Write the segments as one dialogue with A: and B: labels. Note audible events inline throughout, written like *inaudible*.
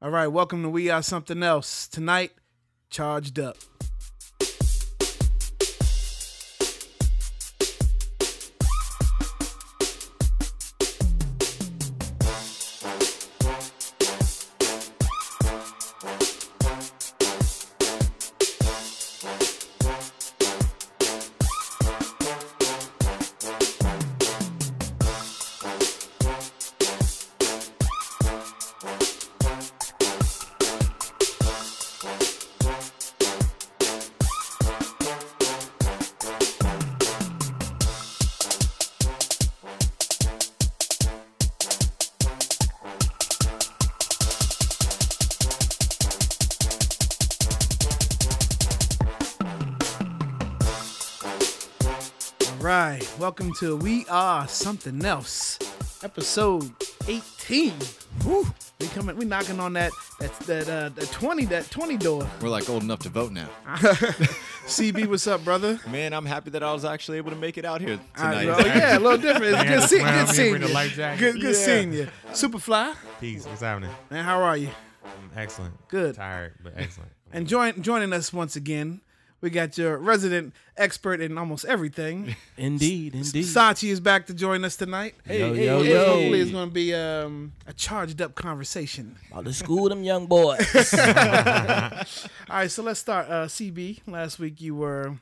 A: All right, welcome to We Are Something Else. Tonight, charged up. Right, welcome to We Are Something Else, episode 18. Whew, we coming, we knocking on that that that uh, the 20 that 20 door.
B: We're like old enough to vote now.
A: CB, what's up, brother?
B: Man, I'm happy that I was actually able to make it out here
A: Alright,
B: tonight.
A: bro. yeah, a little different. It's *laughs* good,
C: that's
A: see,
C: why I'm
A: good
C: getting
A: seeing
C: rid
A: you.
C: of life jacket.
A: Good, good
B: Yeah.
A: seeing you. Superfly,
C: Peace. What's happening?
A: man, how are you?
C: I'm excellent.
A: Good.
C: Tired, but excellent.
A: And join, joining us once again, we got your resident expert in almost everything.
D: Indeed, indeed.
A: Sachi is back to join us tonight.
D: Yo,
A: hey,
D: yo,
A: hey,
D: yo.
A: Hopefully, it's going to be um, a charged up conversation.
D: About to school them
A: *laughs*
D: young boys.
A: All right, so let's start. Uh, CB, last week you were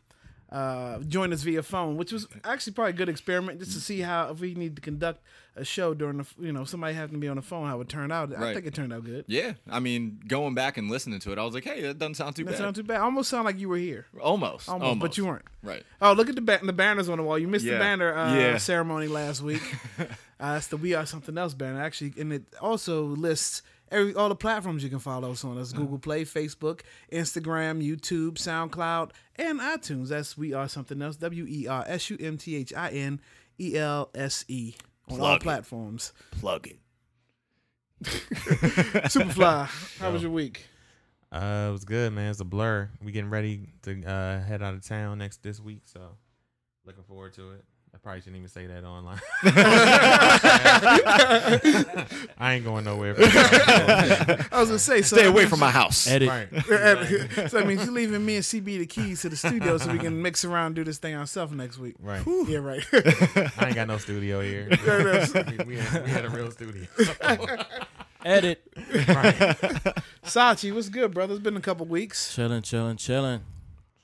A: uh, joined us via phone, which was actually probably a good experiment just to see how if we need to conduct a show during the you know somebody having to be on the phone how it turned out. I
B: Right.
A: think it turned out good.
B: Yeah, I mean, going back and listening to it, I was like, hey, that doesn't sound too
A: That
B: bad.
A: sounded too bad. Almost sound like you were here,
B: almost,
A: almost, but you weren't.
B: Right.
A: Oh, look at the ba- the banners on the wall. You missed the
B: Yeah.
A: banner uh,
B: Yeah.
A: ceremony last
B: *laughs*
A: week. uh, that's the We Are Something Else banner, actually, and it also lists every all the platforms you can follow us on. That's
B: Uh-huh.
A: Google Play, Facebook, Instagram, YouTube, SoundCloud, and iTunes. That's We Are Something Else. W E R S U M T H I N E L S E on all
B: Plug it. *laughs*
A: platforms.
B: Plug it.
A: Superfly, *laughs* how was your week?
C: Uh, it was good, man. It's a blur. We getting ready to uh, head out of town next this week, so looking forward to it. I probably shouldn't even say that online. *laughs* I ain't
A: *laughs*
C: going nowhere. For
A: I was gonna say so
B: Stay away from my house.
D: Edit.
A: *laughs*
C: right.
A: so I mean, you're leaving me and CB the keys to the studio so we can mix around and do this thing ourselves next week.
C: Right.
A: Yeah, right.
C: I ain't got no
A: *laughs*
C: studio here. *laughs* we, we had, we had a real studio.
D: Edit.
A: Sachi, what's good, brother? It's been a couple weeks.
D: Chilling, chilling, chilling.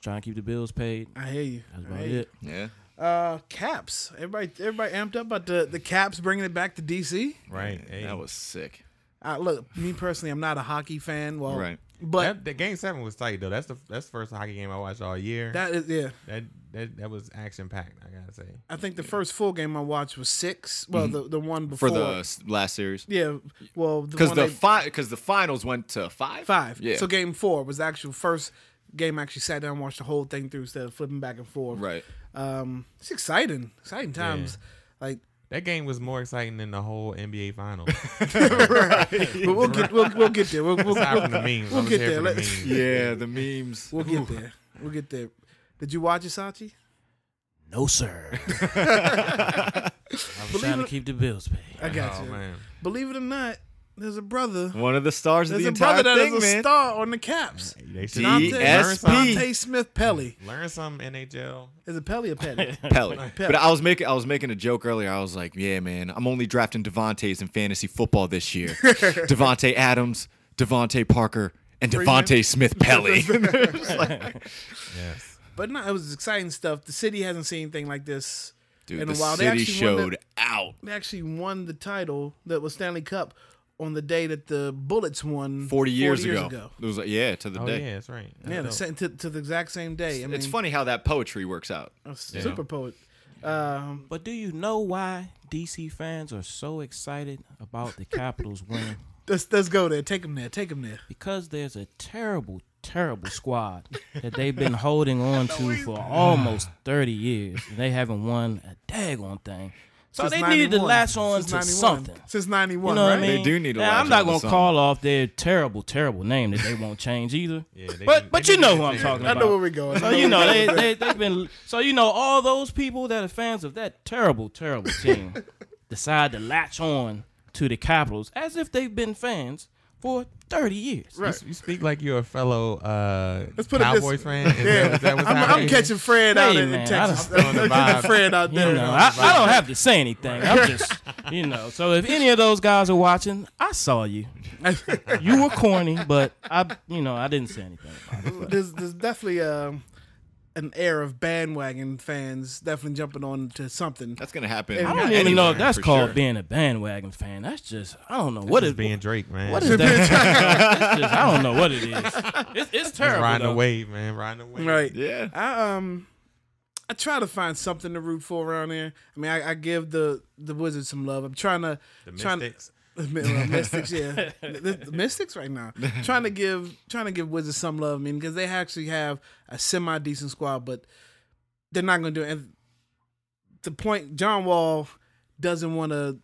D: Trying to keep the bills paid.
A: I hear you.
D: That's
A: I
D: about
A: hear you.
D: it.
B: Yeah.
A: Uh, caps. Everybody, everybody amped up about the the caps bringing it back to DC.
C: Right.
B: Man,
C: Hey.
B: That was sick.
A: Uh, look, me personally, I'm not a hockey fan. Well,
B: Right.
A: but
C: that, that game seven was tight though. That's the that's the first hockey game I watched all year.
A: that is yeah.
C: that that, that was action packed. I gotta say.
A: I think the first full game I watched was six. Well, the the one before
B: Mm-hmm. For the s- last series.
A: yeah. Well, the
B: Because
A: one
B: the,
A: they-
B: fi- cause the finals went to five?
A: five.
B: Yeah.
A: So game four was the actual first game. I actually sat down and watched the whole thing through instead of flipping back and forth.
B: right.
A: Um, it's exciting. Exciting times. *laughs* Like
C: That game was more exciting than the whole NBA final.
A: but we'll get we'll, we'll get there. *laughs* We'll, we'll,
C: Aside from the memes,
A: We'll
C: I was
A: get
C: here
A: there.
C: for the
A: Let's- *laughs*
B: *laughs*
C: memes.
B: Yeah, the memes.
A: We'll get there. We'll get there. Did you watch it, Sachi?
D: No,
A: *laughs*
D: sir. I'm trying to keep the bills paid.
A: I got
C: Oh
A: you.
C: man,
A: Believe it or not, there's a brother.
B: One of the stars of
A: There's a
B: the entire
A: brother that is
B: thing,
A: a
B: man.
A: star on the Caps.
C: they should
B: D-
A: Dante,
C: learn something.
A: Dante Smith Pelly.
C: Learn some NHL.
A: Is it Pelly or
B: *laughs*
A: Pelly?
B: Pelly.
A: Pelly.
B: But I was making I was making a joke earlier. I was like, yeah, man, I'm only drafting Devontae's in fantasy football this *laughs* year. Devontae Adams, Devontae Parker, and Devontae Smith *laughs* Pelly.
C: Yes.
A: but no, it was exciting stuff. The city hasn't seen anything like this
B: Dude,
A: in
B: the
A: a while.
B: city
A: they, actually won
B: showed
A: the,
B: out.
A: they actually won the title that was Stanley Cup on the day that the Bullets won
B: 40 years, ago. It was like, yeah, to the
C: Oh
B: day.
C: yeah, that's right.
A: Yeah, the
C: That's dope.
A: same, to, to the exact same day. I mean,
B: It's funny how that poetry works out.
A: a Super poet. Um,
D: But do you know why DC fans are so excited about the Capitals winning?
A: let's let's go there. Take him there. Take him there.
D: Because there's a terrible, terrible squad that they've been
A: *laughs*
D: holding on to for almost 30 years, and they haven't won a daggone thing. So
A: Since
D: they needed to
A: 91.
D: latch on
A: Since
D: to
A: 91.
D: something.
A: Since 91,
D: You know
A: right?
D: what I mean?
B: They do need to
D: Now, I'm
B: latch
D: not
B: on to
D: gonna
B: something.
D: call off their terrible, terrible name that they won't change either.
C: Yeah, they
D: but
C: do-
D: but
C: they
D: you
C: do
D: know
C: need
D: who
C: to
D: I'm
C: change
D: talking
C: it.
A: I
D: about.
A: know where we're going.
D: So
A: *laughs*
D: you know they they they've been so you know all those people that are fans of that terrible terrible team decide to latch on to the Capitals as if they've been fans for 30 years.
C: You, s- you speak like you're a fellow uh,
A: Let's put it this-
C: Cowboys fan. Is that,
A: yeah,
C: is that what's
A: I'm, I'm
C: happening?
A: catching Fred out
D: Hey,
A: in, in
D: man, I
A: Texas.
D: done
C: thrown the
A: I'm *laughs* catching
C: vibe.
A: Fred out
D: You
A: there.
D: know, I, I don't have to say anything. I'm just, you know. So if any of those guys are watching, I saw you. You were corny, but I, you know, I didn't say anything. About
A: *laughs*
D: it.
A: there's, there's definitely um, an air of bandwagon fans definitely jumping on to something.
B: That's gonna happen.
A: I
D: I
A: don't
D: don't
A: Yeah,
D: even know if
B: anywhere,
D: that's
B: for
D: called
B: sure.
D: being a bandwagon fan. That's just, I don't know what
C: Just
D: it
C: being Drake, man. What
D: What is
C: is
D: that? It's just- I don't know what it is. It's, it's terrible.
C: riding
D: though.
C: the wave, man? Riding the wave.
A: Right.
B: Yeah.
A: I um I try to find something to root for around here. I mean, I, I give the the Wizards some love. I'm trying to
C: The
A: trying
C: Mystics.
A: To, *laughs* well, Mystics, yeah, the, the Mystics right
C: *laughs*
A: now. trying to give trying to give Wizards some love. I mean, because they actually have a semi decent squad, but they're not going to do it. And the point, John Wall doesn't want to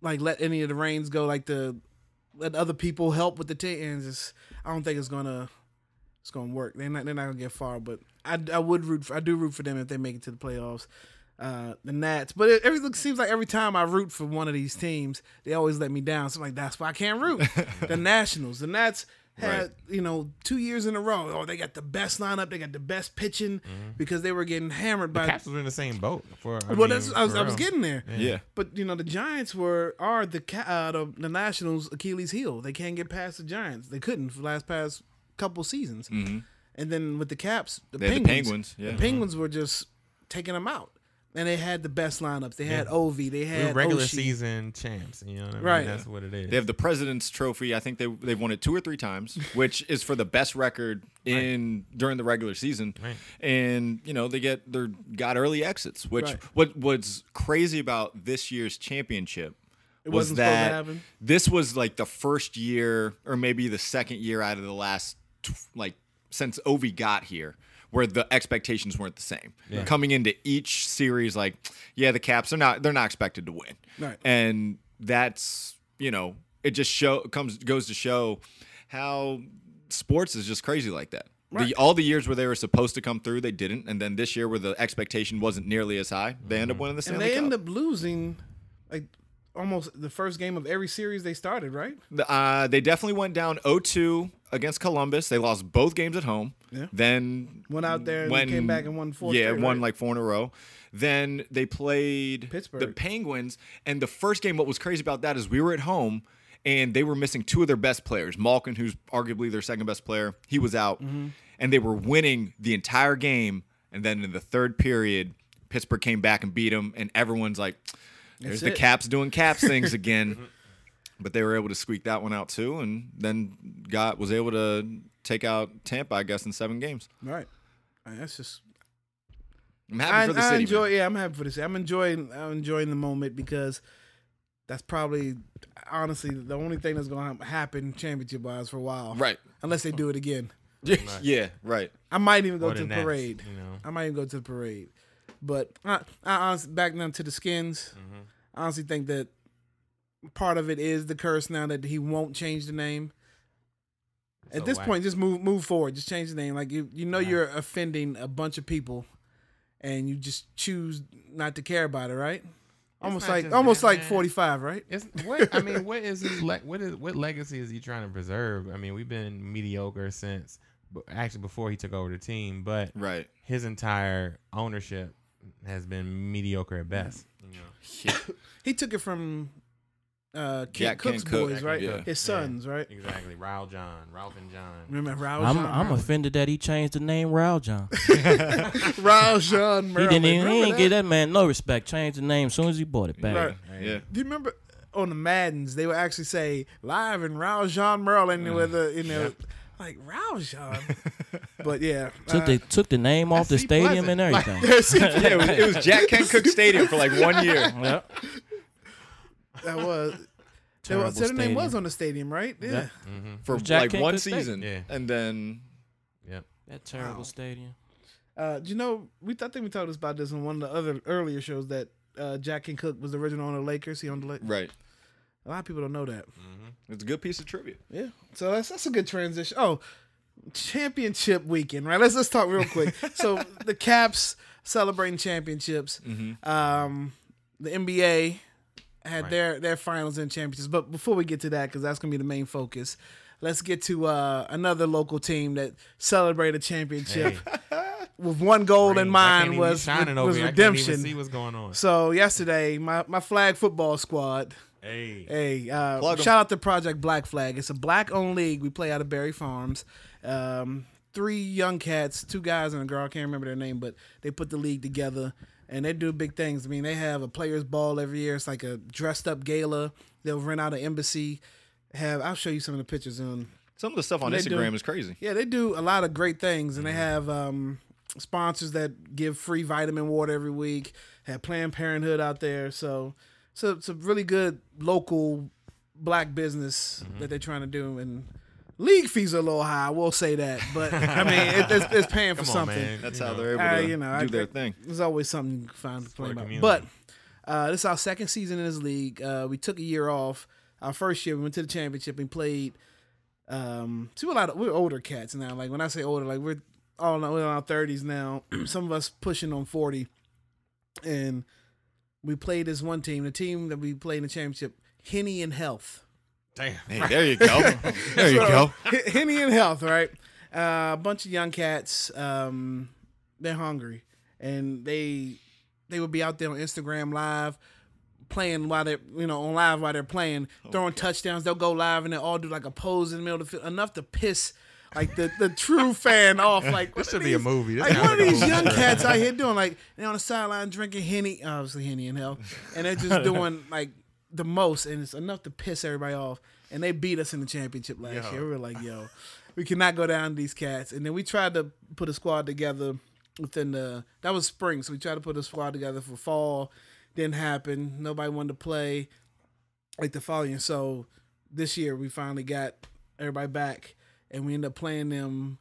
A: like let any of the reins go. Like the let other people help with the team. And it's just, I don't think it's gonna it's gonna work. They're not they're not gonna get far. But I, I would root for, I do root for them if they make it to the playoffs. Uh, the Nats, but it, every it seems like every time I root for one of these teams, they always let me down. So I'm like, that's why I can't
C: *laughs*
A: root. the Nationals, the Nats had
B: Right.
A: you know two years in a row. Oh, they got the best lineup, they got the best pitching because they were getting hammered by.
C: Caps were in Mm-hmm. the same boat. For I
A: well,
C: mean,
A: that's I was,
C: for
A: I was
C: real.
A: getting there.
B: yeah.
A: But you know the Giants were are the ca- uh, the, the Nationals' Achilles heel. They can't get past the Giants. They couldn't for the last past couple seasons. And then with the Caps, the
B: Mm-hmm. They had the
A: Penguins,
B: Penguins, yeah.
A: the Penguins were just taking them out. And they had the best lineups. They had
C: Yeah.
A: Ovi. They
C: We We're
A: had
C: regular
A: Oshie.
C: season champs. You know what I mean?
A: Right.
C: That's what it is.
B: They have the President's Trophy. I think they they've won it two or
A: *laughs*
B: three times, which is for the best record in during the regular season.
C: Right.
B: And you know they get they got early exits, which
A: Right.
B: what what's crazy about this year's championship was
A: wasn't supposed to
B: that
A: happen.
B: this was like the first year or maybe the second year out of the last t- like since Ovi got here where the expectations weren't the same. Coming into each series like yeah, the Caps are not they're not expected to win.
A: Right.
B: And that's, you know, it just show comes goes to show how sports is just crazy like that. The, all the years where they were supposed to come through, they didn't, and then this year where the expectation wasn't nearly as high, they end up winning the
A: And
B: Stanley
A: they end
B: Cup.
A: up losing like almost the first game of every series they started. Right?
B: The- uh, they definitely went down 0-2 against Columbus. They lost both games at home.
A: Yeah.
B: Then
A: Went out there and came back and won four
B: Mm, Yeah,
A: straight,
B: won
A: right?
B: like four in a row. Then they played the
A: Pittsburgh.
B: Penguins, and the first game. What was crazy about that is we were at home. And they were missing two of their best players. Malkin, who's arguably their second best player, he was out.
A: Mm-hmm.
B: And they were winning the entire game. And then in the third period, Pittsburgh came back and beat them. And everyone's like, there's the
A: it.
B: Caps doing
A: *laughs*
B: Caps things again but they were able to squeak that one out too, and then got was able to take out Tampa, I guess, in seven games.
A: Right. And that's just
B: I'm happy
A: I,
B: for the
A: I
B: city. man.
A: enjoy. Yeah, I'm happy for this. I'm enjoying. I'm enjoying the moment because that's probably honestly the only thing that's going to happen championship wise for a while.
B: Right.
A: Unless they do it again,
B: *laughs* yeah, right.
A: I might even go
C: Or
A: to
C: the
A: the
C: Nats,
A: parade.
C: you know.
A: I might even go to the parade. But I, I honestly back down to the skins.
B: Mm-hmm.
A: I honestly think that part of it is the curse now that he won't change the name. At
C: So
A: this
C: whack.
A: point, just move move forward. Just change the name. Like you, you know, you're offending a bunch of people, and you just choose not to care about it, right? almost
C: not
A: like
C: just
A: almost
C: that,
A: like
C: man.
A: 45, right?
C: It's what I mean. What is his le- what is what legacy is he trying to preserve? I mean, we've been mediocre since but actually before he took over the team, but
B: Right.
C: his entire ownership has been mediocre at best.
A: He took it from uh, Kid
B: Jack Ken
A: Cook's
B: Cook,
A: boys,
B: Jack
A: right?
B: Ken Cook.
A: His sons, right?
C: Exactly, Raul John, Ralph and John.
A: Remember Raul
D: I'm,
A: John?
D: I'm *laughs* offended that he changed the name Raul John.
A: Raul John
D: He
A: Merrill.
D: didn't even he
A: Remember
D: didn't give that man no respect. Changed the name as soon as he bought it back.
A: Right.
B: Yeah.
A: Do you remember on the Maddens they would actually say live in Raul Jean Merlin and with a you know like Raul Jean. but yeah.
D: Took
A: uh,
D: the took the name off the
C: see
D: stadium
C: Pleasant.
A: *laughs*
D: and
B: *laughs*
D: everything.
B: yeah, it was, it was Jack Kent Cook Stadium for like one year.
D: Yep.
A: that was that
D: Terrible
A: was so the name
D: stadium.
A: was on the stadium, right? Yeah.
B: For
D: Jack
B: like
D: Kent
B: one
D: Cook Stadium.
B: season.
C: Yeah.
B: And then
D: That terrible
A: Wow.
D: stadium.
A: Uh, you know, we I think we talked about this on one of the other earlier shows that uh, Jack and Cook was the original owner of the Lakers. He owned the Lakers.
B: Right.
A: A lot of people don't know that.
B: It's a good piece of trivia.
A: Yeah. So that's that's a good transition. Oh, championship weekend, right? Let's let's talk real
C: *laughs*
A: quick. so the Caps celebrating championships. Um, the NBA had
C: Mm-hmm. Right.
A: their their finals and championships. But before we get to that, because that's gonna be the main focus. Let's get to uh, another local team that celebrated a championship
C: Hey,
A: *laughs* with one goal in
C: Rings, I
A: mind
C: can't even-
A: was,
C: shining over
A: was
C: here. I can't even see
A: redemption.
C: what's going on.
A: So yesterday, my, my flag football squad
C: Hey,
A: Hey, uh,
B: Plug 'em.
A: shout out to Project Black Flag. It's a black owned league. We play out of Berry Farms. Um, three young cats, two guys and a girl. I can't remember their name, but they put the league together and they do big things. I mean, they have a players' ball every year. It's like a dressed up gala. They'll rent out an embassy. Have I'll show you some of the pictures on
B: Some of the stuff on
A: They
B: Instagram
A: do.
B: is crazy.
A: yeah, they do a lot of great things, and they
C: Mm-hmm.
A: have um, sponsors that give free vitamin water every week. Have Planned Parenthood out there, so so it's a really good local black business
C: Mm-hmm.
A: that they're trying to do. And league fees are a little high, we'll say that, but I mean it, it's, it's paying for
C: *laughs* come on,
A: something.
C: man.
B: That's
C: You
B: how
C: know,
B: they're able
A: Uh,
B: to
A: you know, I-
B: do their thing.
A: There's always something you can find to complain
C: the
A: about. But
C: community.
A: uh, this is our second season in this league. Uh, we took a year off. Our first year, we went to the championship and played. Um, to a lot of we're older cats now. Like when I say older, like we're all we're in our thirties now. *clears throat* Some of us pushing on forty, and we played this one team. The team that we played in the championship, Henny and Health.
C: Damn.
B: Hey, there you go. there you go.
A: H- Henny and Health, right? Uh, a bunch of young cats. Um, they're hungry, and they they would be out there on Instagram live playing while they're you know on live while they're playing,
C: Oh,
A: throwing touchdowns. They'll go live and they will all do like a pose in the middle of the field, enough to piss. Like the, the
C: *laughs*
A: true fan off, like what
C: This
A: are
C: should be a
A: these-
C: movie. This
A: Like
C: sounds
A: what are
C: like a
A: these
C: movie.
A: young cats
C: *laughs*
A: out here doing? Like they're on the sideline drinking henny, obviously henny and hell, and they're
C: *laughs*
A: just doing like the most, and it's enough to piss everybody off. And they beat us in the championship last year. We were like, yo, we cannot go down to these cats. And then we tried to put a squad together within the that was spring, so we tried to put a squad together for fall. Didn't happen. Nobody wanted to play like the following. So this year we finally got everybody back, and we ended up playing them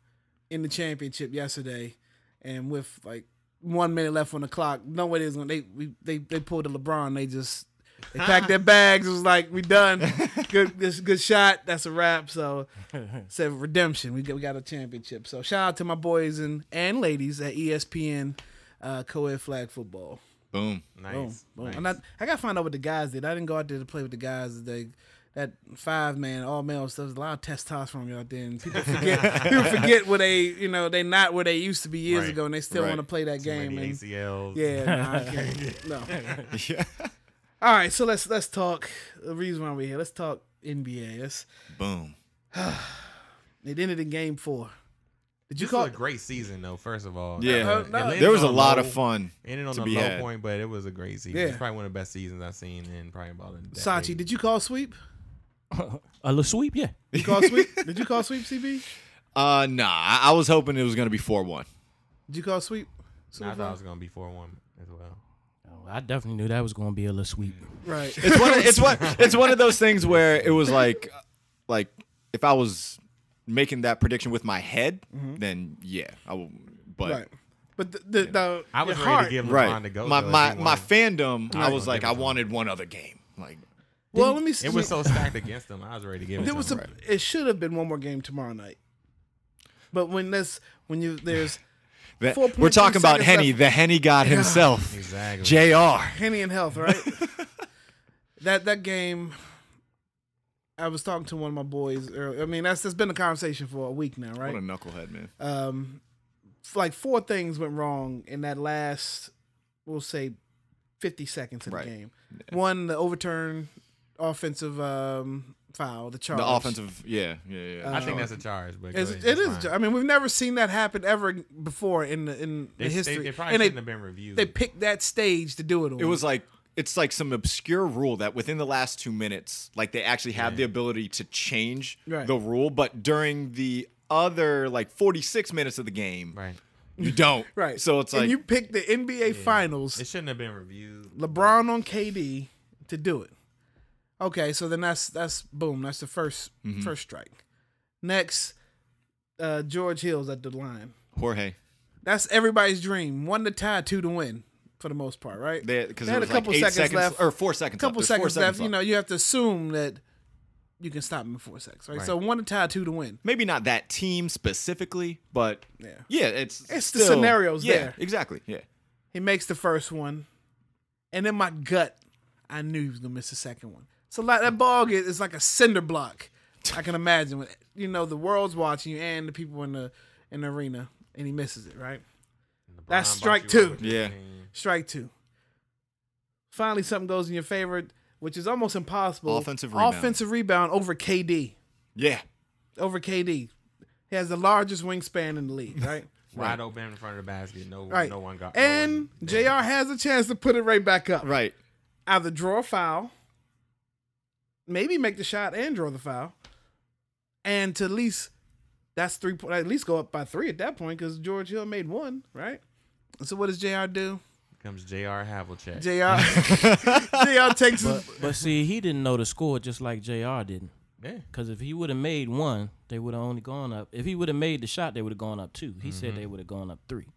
A: in the championship yesterday, and with like one minute left on the clock, no way they was gonna they we, they they pulled the LeBron. They just they packed their bags. It was like we
C: *laughs*
A: done. Good this good shot. That's a wrap. So said redemption. We got, we got a championship. So shout out to my boys and and ladies at E ESPN. Uh, co-ed flag football.
B: Boom.
A: Boom,
C: Nice.
A: boom.
C: nice.
A: And I, I got to find out what the guys did. I didn't go out there to play with the guys. today. that five man all male stuff. There's a lot of testosterone out there, and people
C: *laughs*
A: forget people forget where they you know they not where they used to be years
C: Right,
A: ago, and they still
B: right.
A: want to play that game.
C: Maybe
A: And,
C: ACLs.
A: yeah, nah,
C: *laughs*
A: I can't. no.
B: Yeah.
A: All right, so let's let's talk the reason why we're here. Let's talk NBA. Let's,
B: Boom.
A: it ended in game four. Did you
C: This
A: call
C: was a great season, though. First of all,
B: Yeah.
A: Uh, no.
B: There was a
C: on
B: lot
C: low-
B: of fun.
C: Ended on
B: to
C: a
B: be
C: low
B: had.
C: point, but it was a great season.
A: Yeah.
C: It's probably one of the best seasons I've seen in probably about a decade.
A: Sachi? Did you call sweep?
D: A little sweep, yeah.
A: You
C: *laughs*
A: call sweep? did you call sweep? CB?
B: Uh, nah, I, I was hoping it was gonna be four one.
A: Did you call sweep?
C: Nah, I thought it was gonna be four one as well.
D: Oh, I definitely knew that was gonna be a little sweep.
A: Right.
B: It's one. Of, it's one. It's one of those things where it was like, like if I was making that prediction with my head, then yeah, I will. But
A: right. But the, the, the
C: I was
A: your
C: ready
A: heart,
C: to give LeBron
B: right,
C: to go.
B: my
C: though, if
B: my
C: he
A: *laughs*
B: my
C: wanted.
B: fandom, I
C: Right.
B: was like, I wanted one other game. Like,
A: Well, let me. see.
C: It was so stacked against him. I was ready to give it.
A: There
C: to
A: was
C: him.
A: a. It should have been one more game tomorrow night. But when this, when you there's
B: that,
A: 4.3
B: we're talking about
A: seconds
B: Henny,
A: left.
B: the Henny God himself,
C: Exactly.
B: Jr.
A: Henny and Health, right? *laughs* that that game. I was talking to one of my boys. Earlier. I mean, that's that's been a conversation for a week now,
B: What a
A: right?
B: knucklehead, man.
A: Um, f- like four things went wrong in that last, we'll say, fifty seconds of
B: Right.
A: the game. One, the overturn offensive um, foul, the charge,
B: the offensive, yeah, yeah, yeah.
C: I think that's a charge, but
A: It's,
C: go ahead,
A: it
C: it's
A: is.
C: Oh, fine.
A: I mean, we've never seen that happen ever before in the, in
C: They,
A: the
C: they-
A: history.
C: They, probably
A: and
C: shouldn't
A: they,
C: have been reviewed.
A: they picked that stage to do it on.
B: it was like it's like some obscure rule that within the last two minutes, like they actually have the ability to change
A: Right.
B: the rule, but during the other like 46 minutes of the game,
C: right.
B: you don't.
A: *laughs* right.
B: So it's
A: and
B: like
A: you picked the NBA
C: It
A: Finals,
C: shouldn't have been reviewed.
A: LeBron on KD to do it.
B: Mm-hmm.
A: Okay, so then that's that's boom. That's the 1st first strike. Next, uh, George Hill's at the line.
B: Jorge.
A: That's everybody's dream. One to tie, two to win, for the most part, right?
B: They because
A: They
B: there
A: had
B: was
A: a
B: like
A: couple
B: eight
A: seconds
B: seconds,
A: left.
B: or four seconds.
A: couple
B: left. There's four
A: seconds left. You know, you have to assume that you can stop him in four seconds, right? So one to tie, two to win.
B: maybe not that team specifically, but yeah, it's
A: It's the
B: still-
A: scenarios
B: yeah,
A: there.
B: Exactly. Yeah.
A: He makes the first one, and in my gut, I knew he was gonna miss the second one. So like that ball get is like a cinder block. I can imagine when you know the world's watching you and the people in the in the arena, and he misses it. Right, That's strike two.
B: Yeah.
A: strike two. Finally, something goes in your favor, which is almost impossible.
B: Offensive rebound.
A: offensive rebound over KD.
B: Yeah.
A: Over KD, he has the largest wingspan in the
C: *laughs*
A: league. Right.
C: Wide open in front of the basket. No,
A: Right.
C: no one got.
A: and
C: no one,
A: JR has a chance to put it right back up.
B: Right. *laughs*
A: Either draw a foul, maybe make the shot and draw the foul, and to at least that's three point. At least go up by three at that point because George Hill made one right. So what does Jr. do?
C: comes Jr. Havlicek.
A: Jr.
D: *laughs*
A: Jr. takes his,
D: But see, he didn't know the score just like JR didn't.
C: yeah.
D: Because if he would have made one, they would have only gone up. If he would have made the shot, they would have gone up two. He said they would have gone up three.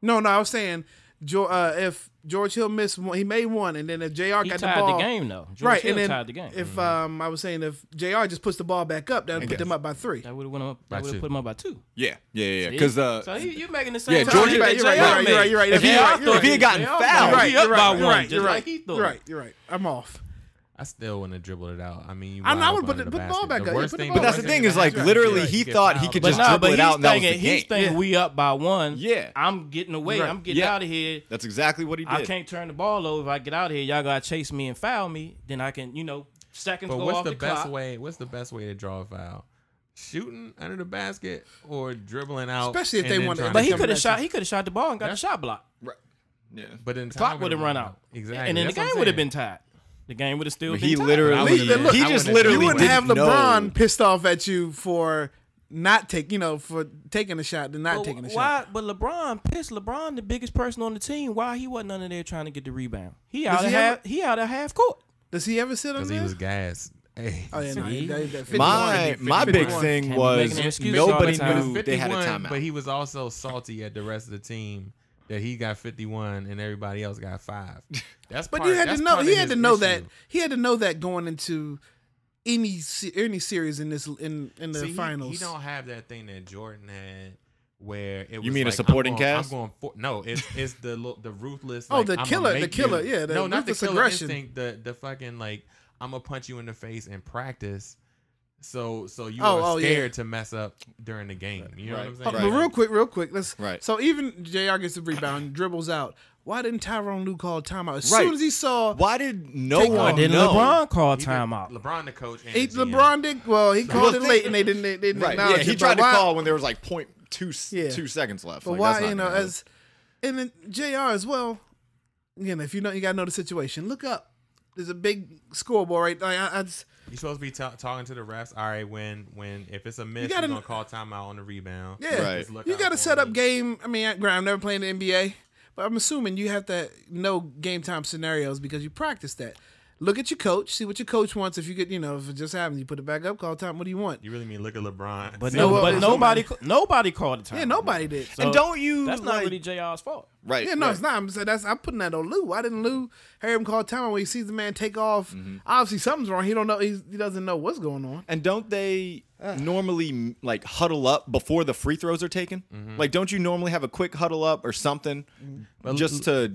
A: no, no. I was saying, Jo- uh, if George Hill missed one, he made one, and then if Jr.
D: He
A: got
D: tied
A: the
D: the,
A: ball,
D: game though. George
A: right,
D: Hill
A: and then
D: tied the game. Mm-hmm.
A: if um, I was saying if Jr. just puts the ball back up, that would put
B: guess.
A: them up by three.
D: that would have went up.
C: By
D: That would
C: two.
D: have put him up by two.
B: Yeah. Yeah. Yeah. Because uh,
D: So he, you making the same.
B: Yeah,
D: time
B: George-
D: that
B: you're right,
A: you're right,
D: JR
A: you're right,
D: made.
A: you're right, you're right.
B: if he,
A: Yeah,
D: JR
A: you're
B: if
D: thought
B: he had gotten
D: they all
B: fouled,
D: thought
A: right,
D: he up
A: you're
D: by
A: right, you're
D: one,
A: right,
D: just
A: you're
D: like
A: right,
D: he thought.
A: You're right, you're right. I'm off.
C: I still want to dribble it out. I mean, you
A: I know, I
C: wide
A: would
C: open
A: put
C: under
A: the- put the ball
C: basket.
A: back up.
C: worst
A: Put the
C: thing-
A: ball
B: but that's
A: back
B: the
A: up.
B: thing is
A: Yeah,
B: like
A: you're right.
B: literally
C: You're right,
B: he
C: you get
B: thought he
C: fouled.
B: could
C: But
B: just
D: nah,
B: dribble
D: but
B: it
D: he's
B: out and that was the
D: thinking, he's
B: game.
D: thinking we up by one.
B: Yeah.
D: I'm getting away.
A: Right.
D: I'm getting
B: Yeah.
D: out of here.
B: That's exactly what he did.
D: I can't turn the ball over. If I get out of here, y'all gotta chase me and foul me. Then I can, you know, seconds
C: But
D: go
C: what's
D: off
C: the,
D: the,
C: best
D: clock.
C: way? What's the best way to draw a foul? Shooting under the basket or dribbling out?
A: Especially if
C: and
A: they
C: then
A: want to-
C: trying
D: But he
C: shoot?
D: could have
A: Combination.
D: shot. He could have shot the ball and got the shot blocked.
B: Right. Yeah.
C: But then the
D: Clock would have run out.
C: Exactly.
D: And then the
C: That's what I'm
D: game would have
C: saying.
D: been tied. The game would have still
B: But
D: been
B: he
D: tied.
C: I
B: literally,
C: would've been-
B: he
C: I
B: just
C: would've
B: literally
A: You
C: Really
A: wouldn't have
B: didn't know.
A: LeBron pissed off at you for not take, you know, for taking a shot and not
D: But
A: taking a
D: why?
A: shot.
D: But LeBron pissed. LeBron, the biggest person on the team. Why he wasn't under there trying to get the rebound? He out
A: he
D: of
A: have-
D: half. He out of half court.
A: Does he ever sit on
C: because he was
A: this?
C: gassed. Hey,
A: Oh yeah, no,
D: See?
A: he- that- that 51,
B: My
A: he did
B: my big
A: 51.
B: thing
D: Can't be
B: was
D: making an excuse all
B: nobody
D: the time.
B: knew they had a
C: 51,
B: timeout.
C: But he was also salty at the rest of the team that he got 51 and everybody else
A: *laughs*
C: got five. That's
A: But
C: part,
A: you had
C: that's
A: to know.
C: part
A: He
C: of
A: had to
C: his
A: know
C: issue.
A: that. He had to know that going into any se- any series in this in in the
C: See, he-
A: finals.
C: He, don't have that thing that Jordan had. Where it was
B: mean a
C: like, I'm
B: supporting
C: going-
B: cast?
C: I'm going for no. It's it's the lo- the ruthless.
A: Oh,
C: like,
A: the
C: I'ma
A: killer- the
C: make
A: killer,
C: you-
A: yeah, the
C: no, not the
A: ruthless
C: killer
A: aggression.
C: instinct. The the fucking like I'm gonna punch you in the face in practice. So so you
A: Oh,
C: are
A: oh, yeah.
C: scared to mess up during the game. You know
B: Right.
C: what
A: Oh,
C: I'm saying?
A: But real quick, real quick. Let's.
B: Right.
A: So even Jr. gets the rebound, *coughs* dribbles out. Why didn't Tyrone Lue call timeout as
B: Right.
A: soon as he saw?
B: Why did Oh, no
A: Take
B: one
A: off.
D: Then
B: know?
D: LeBron called
C: Either
D: timeout.
C: LeBron, the coach, and
A: He,
C: the GM.
A: LeBron did well. He called it
B: think-
A: late, and they didn't. They didn't
B: Right.
A: acknowledge
B: Yeah, he
A: it,
B: tried
A: but
B: to
A: why-
B: call when there was like point two s-
A: Yeah.
B: two seconds left.
A: But
B: Like,
A: why,
B: that's
A: you
B: not
A: know,
B: gonna
A: as and then Jr. as well. You know, if you know, you gotta know the situation. Look up. There's a big scoreboard right. Like, I, I just,
C: You supposed to be ta- talking to the refs. All right, when when if it's a miss, you
A: gotta-
C: are gonna call timeout on the rebound.
A: yeah,
B: Right.
C: Just look
A: you
C: out
A: gotta
C: on
A: set
C: the-
A: up game. I mean, I, granted, I've never played in the NBA, but I'm assuming you have to know game time scenarios because you practice that. Look at your coach. See what your coach wants. If you get, you know, if it just happens, you put it back up. Call time. What do you want?
C: You really mean look at LeBron? *laughs*
D: But
C: See,
D: no,
A: well,
D: but
A: it's
D: nobody, nobody called the timeout.
A: Yeah, nobody did.
B: happen. and don't you
D: That's not
B: like-
D: really Jr's fault.
B: right?
A: Yeah, no,
B: right.
A: it's not. I'm saying that's I'm putting that on Lou. Why didn't Lou hear him call timeout when he sees the man take off? Obviously, something's wrong. He don't know. He's, he doesn't know what's going on.
B: And don't they
A: Ah.
B: normally like huddle up before the free throws are taken?
A: Mm-hmm.
B: Like, don't you normally have a quick huddle up or something just to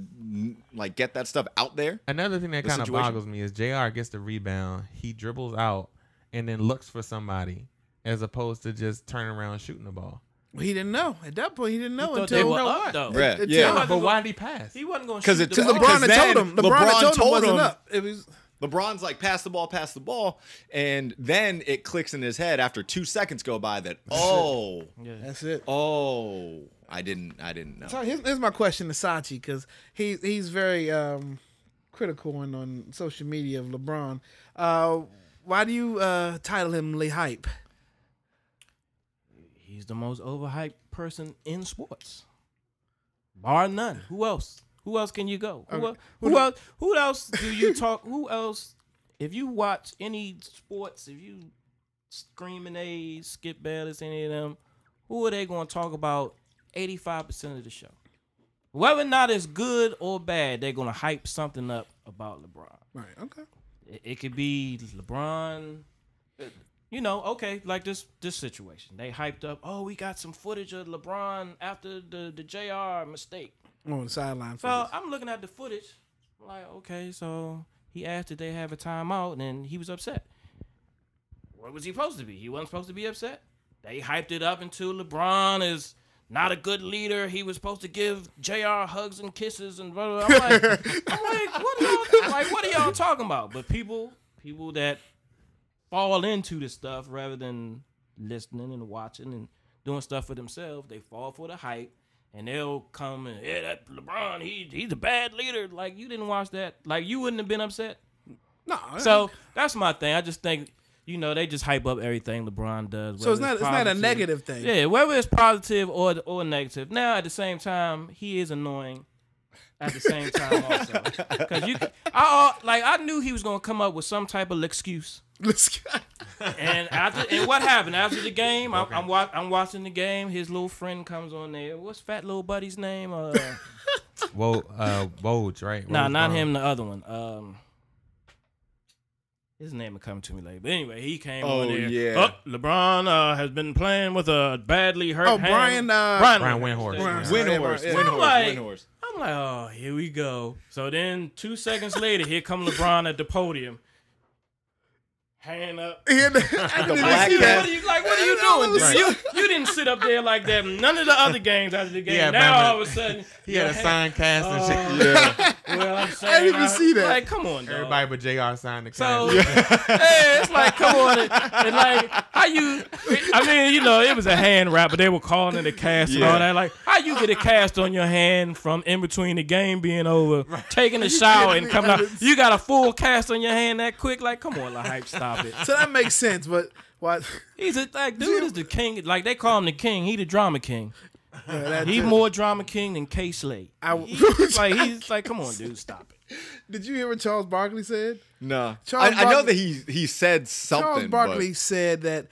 B: like get that stuff out there?
C: Another thing that
B: The
C: kind of
B: situation.
C: boggles me is Jr. gets the rebound, he dribbles out, and then looks for somebody, as opposed to just turning around and shooting the ball.
A: He didn't know at that point. He didn't know
D: Thought
A: until
D: they were
C: know
D: up
C: what?
D: though.
B: Yeah,
A: It-
B: yeah.
A: tell-
C: But why did he pass?
D: He wasn't going to
B: 'Cause
D: shoot
B: it
D: the
B: took-
D: ball.
A: LeBron
B: Because
A: had told
B: then
A: him. LeBron, had
B: LeBron
A: told him
B: told
A: wasn't
B: him-
A: up. It was
B: LeBron's like, pass the ball, pass the ball, and then it clicks in his head after two seconds go by that oh,
A: that's it.
B: oh, I didn't, I didn't
A: So
B: know.
A: here's, here's my question to Sachi because he he's very um, critical on, on social media of LeBron. Uh, why do you uh, title him Lee Hype?
D: He's the most overhyped person in sports, bar none. Who else? Who else can you go? Who, el- who else? Who else do you talk? Who else? If you watch any sports, if you screaming A's, Skip Bayless, any of them, who are they going to talk about 85% of the show? Whether or not it's good or bad, they're going to hype something up about LeBron.
A: Right. Okay.
D: It, it could be LeBron. You know, okay, like this this situation. They hyped up, oh, we got some footage of LeBron after the, the JR mistake.
A: I'm on the sideline. For
D: So
A: this.
D: I'm looking at the footage, like, okay, so he asked did they have a timeout, and he was upset. What was he supposed to be? He wasn't supposed to be upset. They hyped it up until LeBron is not a good leader. He was supposed to give Jr. hugs and kisses and blah blah. blah. I'm like, I'm like, what are y'all, like, what are y'all talking about? But people, people that fall into this stuff rather than listening and watching and doing stuff for themselves. They fall for the hype and they'll come and yeah, that LeBron, he he's a bad leader. Like you didn't watch that. Like you wouldn't have been upset.
A: No.
D: So that's my thing. I just think you know they just hype up everything LeBron does.
A: So it's not.
D: whether
A: It's not a
D: positive-
A: negative thing.
D: Yeah, whether it's positive or or negative. Now at the same time, he is annoying. At the same time,
A: *laughs*
D: also, because you, I uh, like I knew he was gonna come up with some type of excuse.
A: *laughs* Let's-
D: And after and what happened after the game? I'm I'm, wa- I'm watching the game. His little friend comes on there. What's fat little buddy's name? Uh,
C: Whoa, uh, Woj, right?
D: nah,
C: Woj
D: not
C: Brown.
D: him. The other one. Um, his name will come to me later. But anyway, he came on
B: Oh,
D: there.
B: yeah.
D: Oh, LeBron uh, has been playing with a badly hurt.
A: Oh,
D: hand.
A: Brian, uh,
C: Brian Windhorst.
D: That's it.
A: Windhorst.
B: Windhorse,
A: Yeah.
B: Windhorse,
D: Like-
B: Windhorse.
D: I'm like, oh, here we go. So then, two seconds later, here come LeBron at the podium, hand up.
A: And-
D: *laughs*
A: I didn't
B: black
A: see
D: Like,
A: that.
D: What are you like? What are you
A: I
D: doing?
A: was-
D: You, you didn't sit up there like that. None of the other games after the game.
C: *laughs* Yeah,
D: now
C: man,
D: all of a sudden,
C: He had a sign cast and shit.
D: Oh. well, I'm saying,
A: I didn't even see that.
D: Like, come on, dog.
C: Everybody but Jr. signed the
D: So,
C: cast.
D: hey, it's like, come on, and, and like, how you? I mean, you know, it was a hand wrap, but they were calling it a cast and
B: Yeah.
D: all that. Like, how you get a cast on your hand from in between the game being over, taking a shower and coming out? You got a full cast on your hand that quick? Like, come on, La hype, stop it.
A: So that makes sense, but why?
D: He's a like, dude is the king. Like they call him the king. He the drama king.
A: Yeah, that-
D: He more drama king than K Slade.
A: I- *laughs*
D: He's like he's like, come on, dude, stop it.
A: Did you hear what Charles Barkley said?
B: No,
A: Charles
B: I, I know
A: Barkley-
B: that he he said something.
A: Charles Barkley said that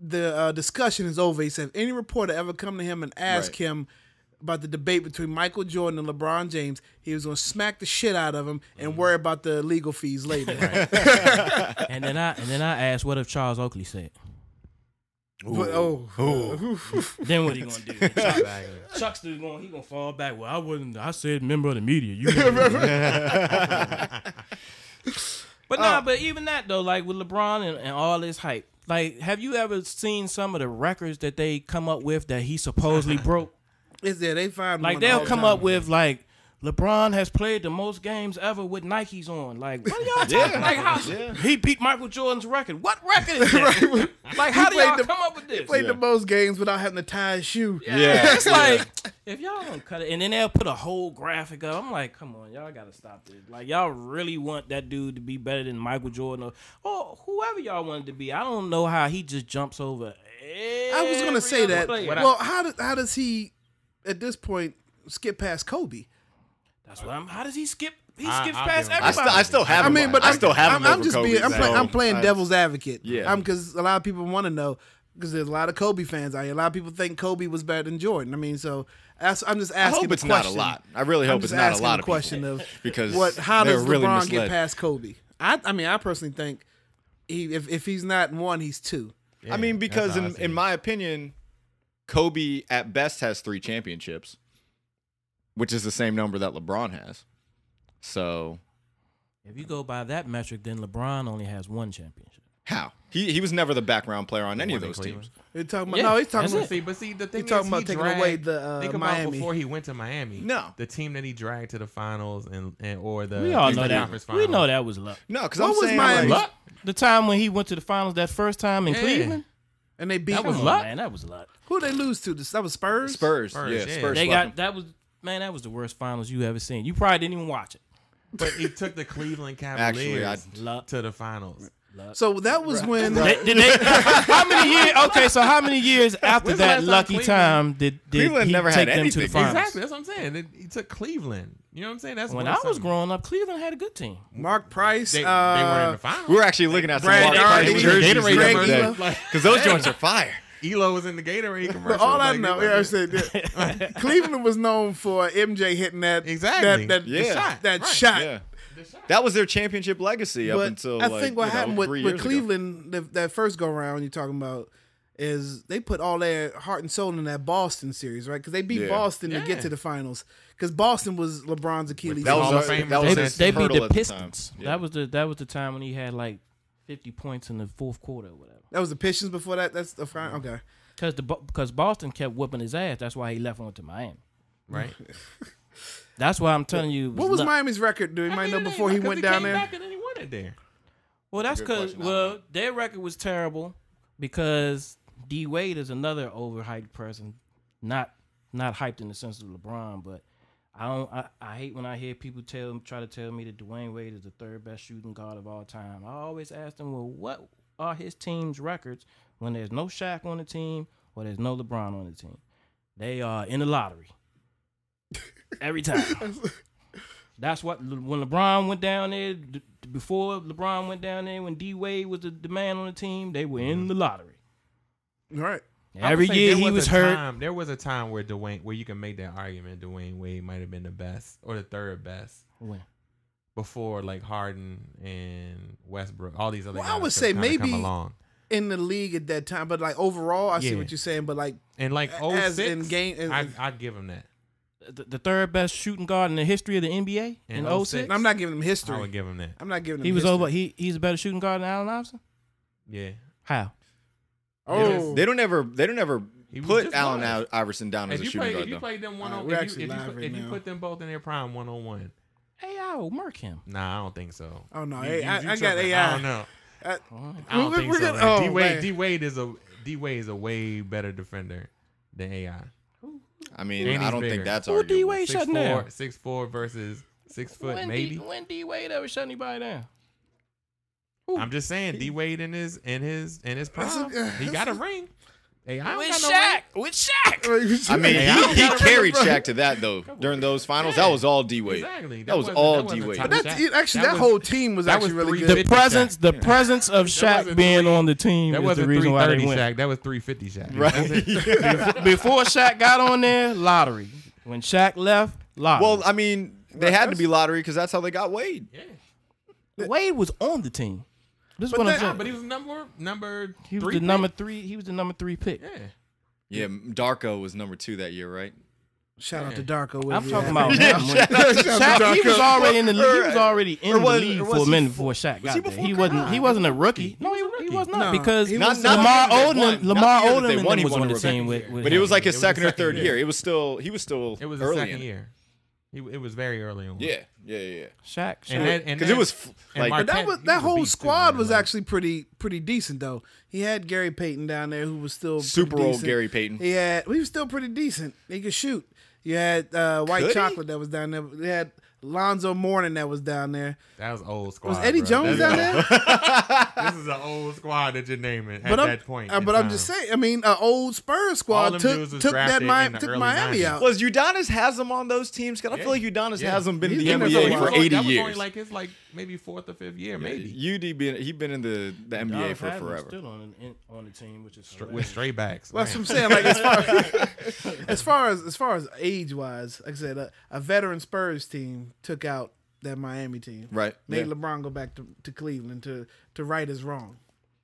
A: the uh, discussion is over. He said if any reporter ever come to him and ask
B: Right.
A: him about the debate between Michael Jordan and LeBron James, he was going to smack the shit out of him
B: Mm-hmm.
A: and worry about the legal
B: *laughs*
A: fees later.
D: And then I and then I asked, what if Charles Oakley said?
A: But oh,
D: Then what he gonna
A: *laughs*
D: do? Chuck-
C: Exactly.
D: Chuck's dude going he gonna fall back. Well, I wasn't. I said member of the media.
A: *laughs*
D: You. member of the media." *laughs* but nah,
A: Uh,
D: but even that though, like with LeBron and, and all this hype, like have you ever seen some of the records that they come up with that
A: *laughs*
D: he supposedly broke?
A: is there they find
D: Like
A: one
D: they'll
A: all
D: come
A: the
D: up
A: time.
D: with like LeBron has played the most games ever with Nikes on. Like what
A: *laughs*
D: are y'all talking? Like how he beat Michael Jordan's record? What record
A: *laughs*
D: is that? Like how do
A: played
D: y'all
A: the-
D: come up with this?
A: played the most games without having to tie his shoe. *laughs*
B: Yeah,
D: It's *laughs* like if y'all don't cut it, and then they'll put a whole graphic up. I'm like, come on, y'all gotta stop this. Like y'all really want that dude to be better than Michael Jordan or, or whoever y'all wanted to be. I don't know how he just jumps over.
A: I was gonna say that.
D: Well,
A: Well, how does how does he at this point skip past Kobe?
D: that's what I'm. How does he skip? He
C: I-
D: skips
C: I'll
D: past
C: give him-
B: I
D: everybody.
B: still I still have.
A: I
B: him
A: mean,
B: on-
A: but
B: I
A: I'm-
B: still have
A: I'm,
B: him.
A: I'm
B: over
A: just
B: Kobe,
A: being. I'm,
B: so-
A: playing. I'm playing
B: I-
A: devil's advocate.
B: Yeah.
A: I'm because a lot of people want to know because there's a lot of Kobe fans out here. A lot of people think Kobe was better than Jordan. I mean, so that's, I'm just
B: I
A: asking.
B: hope
A: the
B: it's not a
A: question.
B: lot. I really
A: I'm
B: hope it's
A: just
B: not a
A: asking
B: lot
A: the
B: of
A: question
B: people.
A: of
B: *laughs* because
A: what. How
B: they're
A: does
B: really
A: LeBron
B: misled.
A: get past Kobe? I, I mean, I personally think he if if he's not one, he's two.
C: Yeah,
B: I mean,
C: that's
B: because
C: how I
B: in,
C: see
B: in
C: it.
B: my opinion, Kobe at best has three championships, which is the same number that LeBron has. So
D: If you go by that metric, then LeBron only has one championship.
B: how he he was never the background player on any of
C: one in
B: those teams.
C: Cleveland.
A: They're talking about
D: Yeah,
A: no, he's talking
D: that's
A: about
D: it.
C: See, but see, the thing
A: talking
C: is,
A: about
C: he
A: taking
C: dragged,
A: away the, uh,
C: think about
A: Miami.
C: before he went to Miami.
B: No.
C: the team that he dragged to the finals and, and or
A: Uh,
C: the
D: We all
C: Eastern
D: know
C: Conference
D: that.
C: Finals.
D: We know that was luck.
B: No, because
A: What
B: I'm
A: was
B: saying
A: Miami?
B: like,
D: Luck. The time when he went to the finals that first time in
C: Yeah.
D: Cleveland,
A: and they beat
D: that was
A: him.
D: luck. Man, that was luck.
A: Who they lose to? This- That was Spurs.
B: Spurs,
C: Spurs,
B: yeah,
C: yeah.
B: Spurs.
D: They
B: swept them.
D: got that was man, that was the worst finals you ever seen. You probably didn't even watch it.
C: But he took the Cleveland
B: Actually,
C: Cavaliers
B: I-
D: Luck.
C: to the finals.
A: So that was when.
D: Did- did they- *laughs* how many years? Okay, so how many years after
C: When's the last
D: that
C: time
D: lucky
C: Cleveland-
D: time did did
B: Cleveland
D: he
B: never
D: take
B: had
D: them to the
B: anything.
D: finals?
C: Exactly, that's what I'm saying. It- He took Cleveland. You know what I'm saying? That's
D: When
C: worth
D: I was
C: something.
D: growing up, Cleveland had a good team.
A: Mark Price.
C: they, they
A: uh,
C: weren't in the finals.
B: We were actually looking at some
A: Brad
B: Mark
A: Daugherty,
B: Price jerseys
A: Gatorade
B: the other *laughs*
A: commercial.
B: day because those joints are fire.
C: Elo was in the Gatorade commercial.
A: But *laughs* all I
C: Like,
A: know,
C: it
A: yeah, I
C: was-
A: said
B: *laughs*
A: that uh, Cleveland was known for MJ hitting that
C: Exactly.
A: that that
B: Yeah.
A: shot, that
C: Right.
A: shot.
B: Yeah. That was their championship legacy up
A: But
B: until
A: I
B: like,
A: think what
B: you know,
A: happened with,
B: three
A: with
B: years ago.
A: Cleveland the, that first go round you're talking about is they put all their heart and soul in that Boston series, right? Because they beat
B: Yeah.
A: Boston to get
C: Yeah.
A: to the finals. Because Boston was LeBron's Achilles.
B: That
A: heel.
B: was
C: Hall of
B: our-
C: Famers
B: that was
C: and
D: They,
B: his
C: That's
D: they beat
B: hurdle
D: the
B: at time.
D: Pistons.
B: Yeah.
D: That was the that was the time when he had like fifty points in the fourth quarter or whatever.
A: that was the Pistons before that. That's the fine. Okay.
D: Because the because Boston kept whooping his ass. That's why he left and went to Miami.
C: right.
D: That's why I'm telling you.
A: What was
D: look-
A: Miami's record? Do we might know before he went down there?
C: there.
D: Well, that's
B: Good
D: because
B: question, I
D: well
B: don't
D: their record was terrible because D Wade is another overhyped person, not not hyped in the sense of LeBron, but I don't I, I hate when I hear people tell try to tell me that Dwayne Wade is the third best shooting guard of all time. I always ask them, well, what are his team's records when there's no Shaq on the team or there's no LeBron on the team? They are in the
B: *laughs*
D: lottery every time. That's what Le- when LeBron went down there. d- d- Before LeBron went down there, when D Wade was the, the man on the team, they were in the lottery
A: All right.
C: I would
D: every
C: say
D: year.
C: there
D: He
C: a
D: was hurt.
C: Time, there was a time where Dwayne, where you can make that argument, Dwayne Wade might have been the best or the third best
D: When?
C: before like Harden and Westbrook, all these other.
A: Well, I
C: guys
A: would
C: have
A: say
C: kinda come
A: maybe-
C: along
A: In the league at that time, but like overall, I see
C: Yeah.
A: what you're saying. But like
C: and like
A: a-
C: oh
A: as
C: six,
A: in game- in-
C: I I give him that.
D: The, the third best shooting guard in the history of the NBA
C: In
D: in
C: 06.
D: 06?
A: I'm not giving him
C: I
A: history.
C: would give him that.
A: I'm not giving him.
D: He was
A: history.
D: over. He he's a better shooting guard than Allen Iverson.
C: Yeah,
D: How?
A: Oh,
B: They don't ever they don't ever
C: He was
B: put
C: just
B: Allen
C: live.
B: Iverson down as
C: if
B: a
C: you
B: shooting
C: play,
B: guard
C: if you
B: though.
C: played them one
A: Alright,
C: on,
A: we're
C: if
A: actually
C: you, if, you,
A: live
C: put-
A: right
C: if you
A: now.
C: put them both in their prime one on one,
D: Hey, I'll mark him.
C: nah, I don't think so.
A: Oh, no,
C: You-
A: hey,
C: you-
A: I-
C: you
A: I got uh,
C: tripping.
A: AI.
C: I
A: *laughs*
C: don't know.
A: I-
C: I don't
A: We're-
C: think
A: we're
C: so.
A: gonna-
C: D
A: oh,
C: Wade,
A: man.
C: D Wade is a D Wade is a way better defender than AI.
B: I mean,
C: And
B: I
C: he's
B: don't think
C: bigger.
B: that's
D: Who D
B: arguable.
D: Wade
C: Six
D: shutting
C: four,
D: down?
C: six four versus six foot,
D: when
C: maybe.
D: D, when D Wade ever shut anybody down?
C: I'm just saying, D Wade in his in his in his
A: That's a-
C: prime, he got a ring. AI
D: With
C: got no ring.
D: Shaq. with
A: *laughs*
D: Shaq.
B: I mean,
C: Hey, I don't
B: he, he
C: gotta
B: carried Shaq to that though during those finals.
C: Yeah.
B: That was all D Wade.
C: Exactly.
B: That,
C: That
B: was
C: wasn't-
B: all
C: that wasn't
B: D Wade.
C: top
A: That's
C: That-
A: actually that,
C: that was-
A: whole team was
C: that was
A: actually really
C: three-
A: good.
D: The presence, the presence of Shaq
C: wasn't
D: being on the team
C: That
D: was the
C: wasn't
D: reason why
C: 330
D: they went.
C: Shaq. That was 350
B: *laughs*
C: Shaq.
B: Right.
D: Before Shaq got on there, lottery. When Shaq left, lottery.
B: Well, I mean, they had to be lottery because that's how they got Wade.
D: Wade was on the team. This is what
A: that-
D: I'm saying.
C: But he was number number
D: he was
C: three
D: the
C: pick.
D: number three. He was the number three pick.
C: Yeah.
B: Yeah, Darko was number two that year,
C: *laughs*
B: right?
A: Shout out to Darko.
D: I'm
A: wherever *laughs*
D: talking
A: you at.
B: *laughs*
D: about him. When- Shaq, he was already in the league. He was already
B: Or was-
D: in the
B: or
D: league
B: was
D: for a
B: he
D: minute
B: befo-
D: before Shaq
B: he
D: got there. He
B: before-
D: wasn't. He wasn't a rookie. No, he, he was not
A: No,
D: because
A: he
B: Not,
A: was-
B: not
D: Lamar
B: the year that they
D: Odom.
B: won.
D: Lamar
B: Not the year that
D: Odem
B: they
D: and
B: won,
D: them
B: he
D: was
B: won
D: on
B: the
D: the team
B: rookie.
D: with. with
B: But it
D: him.
B: was like his
C: It was
B: second
C: the
B: or third
C: second
B: year. It was still he was still
C: It was the
B: early
C: second
B: in it.
C: year. He, it was very early on.
B: Yeah, yeah, yeah. yeah.
D: Shaq. Shaq.
C: And that, and
B: Because
C: that-
B: it was f-
C: and
B: like
C: Mark-
A: That
C: Penn,
A: was
C: he
A: that
C: was a
A: whole
C: beast too,
A: squad
C: man,
A: was
C: like-
A: actually pretty pretty decent though. He had Gary Payton down there who was still pretty
B: super old
A: decent.
B: Gary Payton.
A: He had he was still pretty decent. He could shoot. You had uh, White
B: Could he?
A: Chocolate that was down there. You had Lonzo Mourning that was down there.
C: that was old squad.
A: Was Eddie
C: bro.
A: Jones down
C: That's-
A: there?
C: This is an old squad that you're naming *laughs* at
A: But I'm,
C: that point.
A: uh,
C: in
A: but I'm
C: time.
A: just saying. I mean, an old Spurs
C: All
A: squad
C: them
A: took
C: dudes was
A: took that
C: drafted in
A: Mi-
C: the
A: took
C: early
A: Miami
B: *laughs*
C: 90s.
A: out.
B: Was Udonis has him on those teams? Cause I feel like Udonis
C: Yeah.
B: hasn't been in
A: He's
B: the
A: been there
B: NBA
A: for a
B: for
A: while.
B: eighty
C: that was
B: years.
C: Only like his like maybe fourth or fifth year, maybe
B: UD been he been in the, the NBA for forever.
D: Still on, on the team, which is
C: with straight backs.
A: Well, That's what
C: man.
A: I'm saying. Like as far *laughs* as far as, as far as age wise, like I said, a, a veteran Spurs team took out that Miami team.
B: Right,
A: Made
B: yeah.
A: LeBron go back to, to Cleveland to to right his wrong.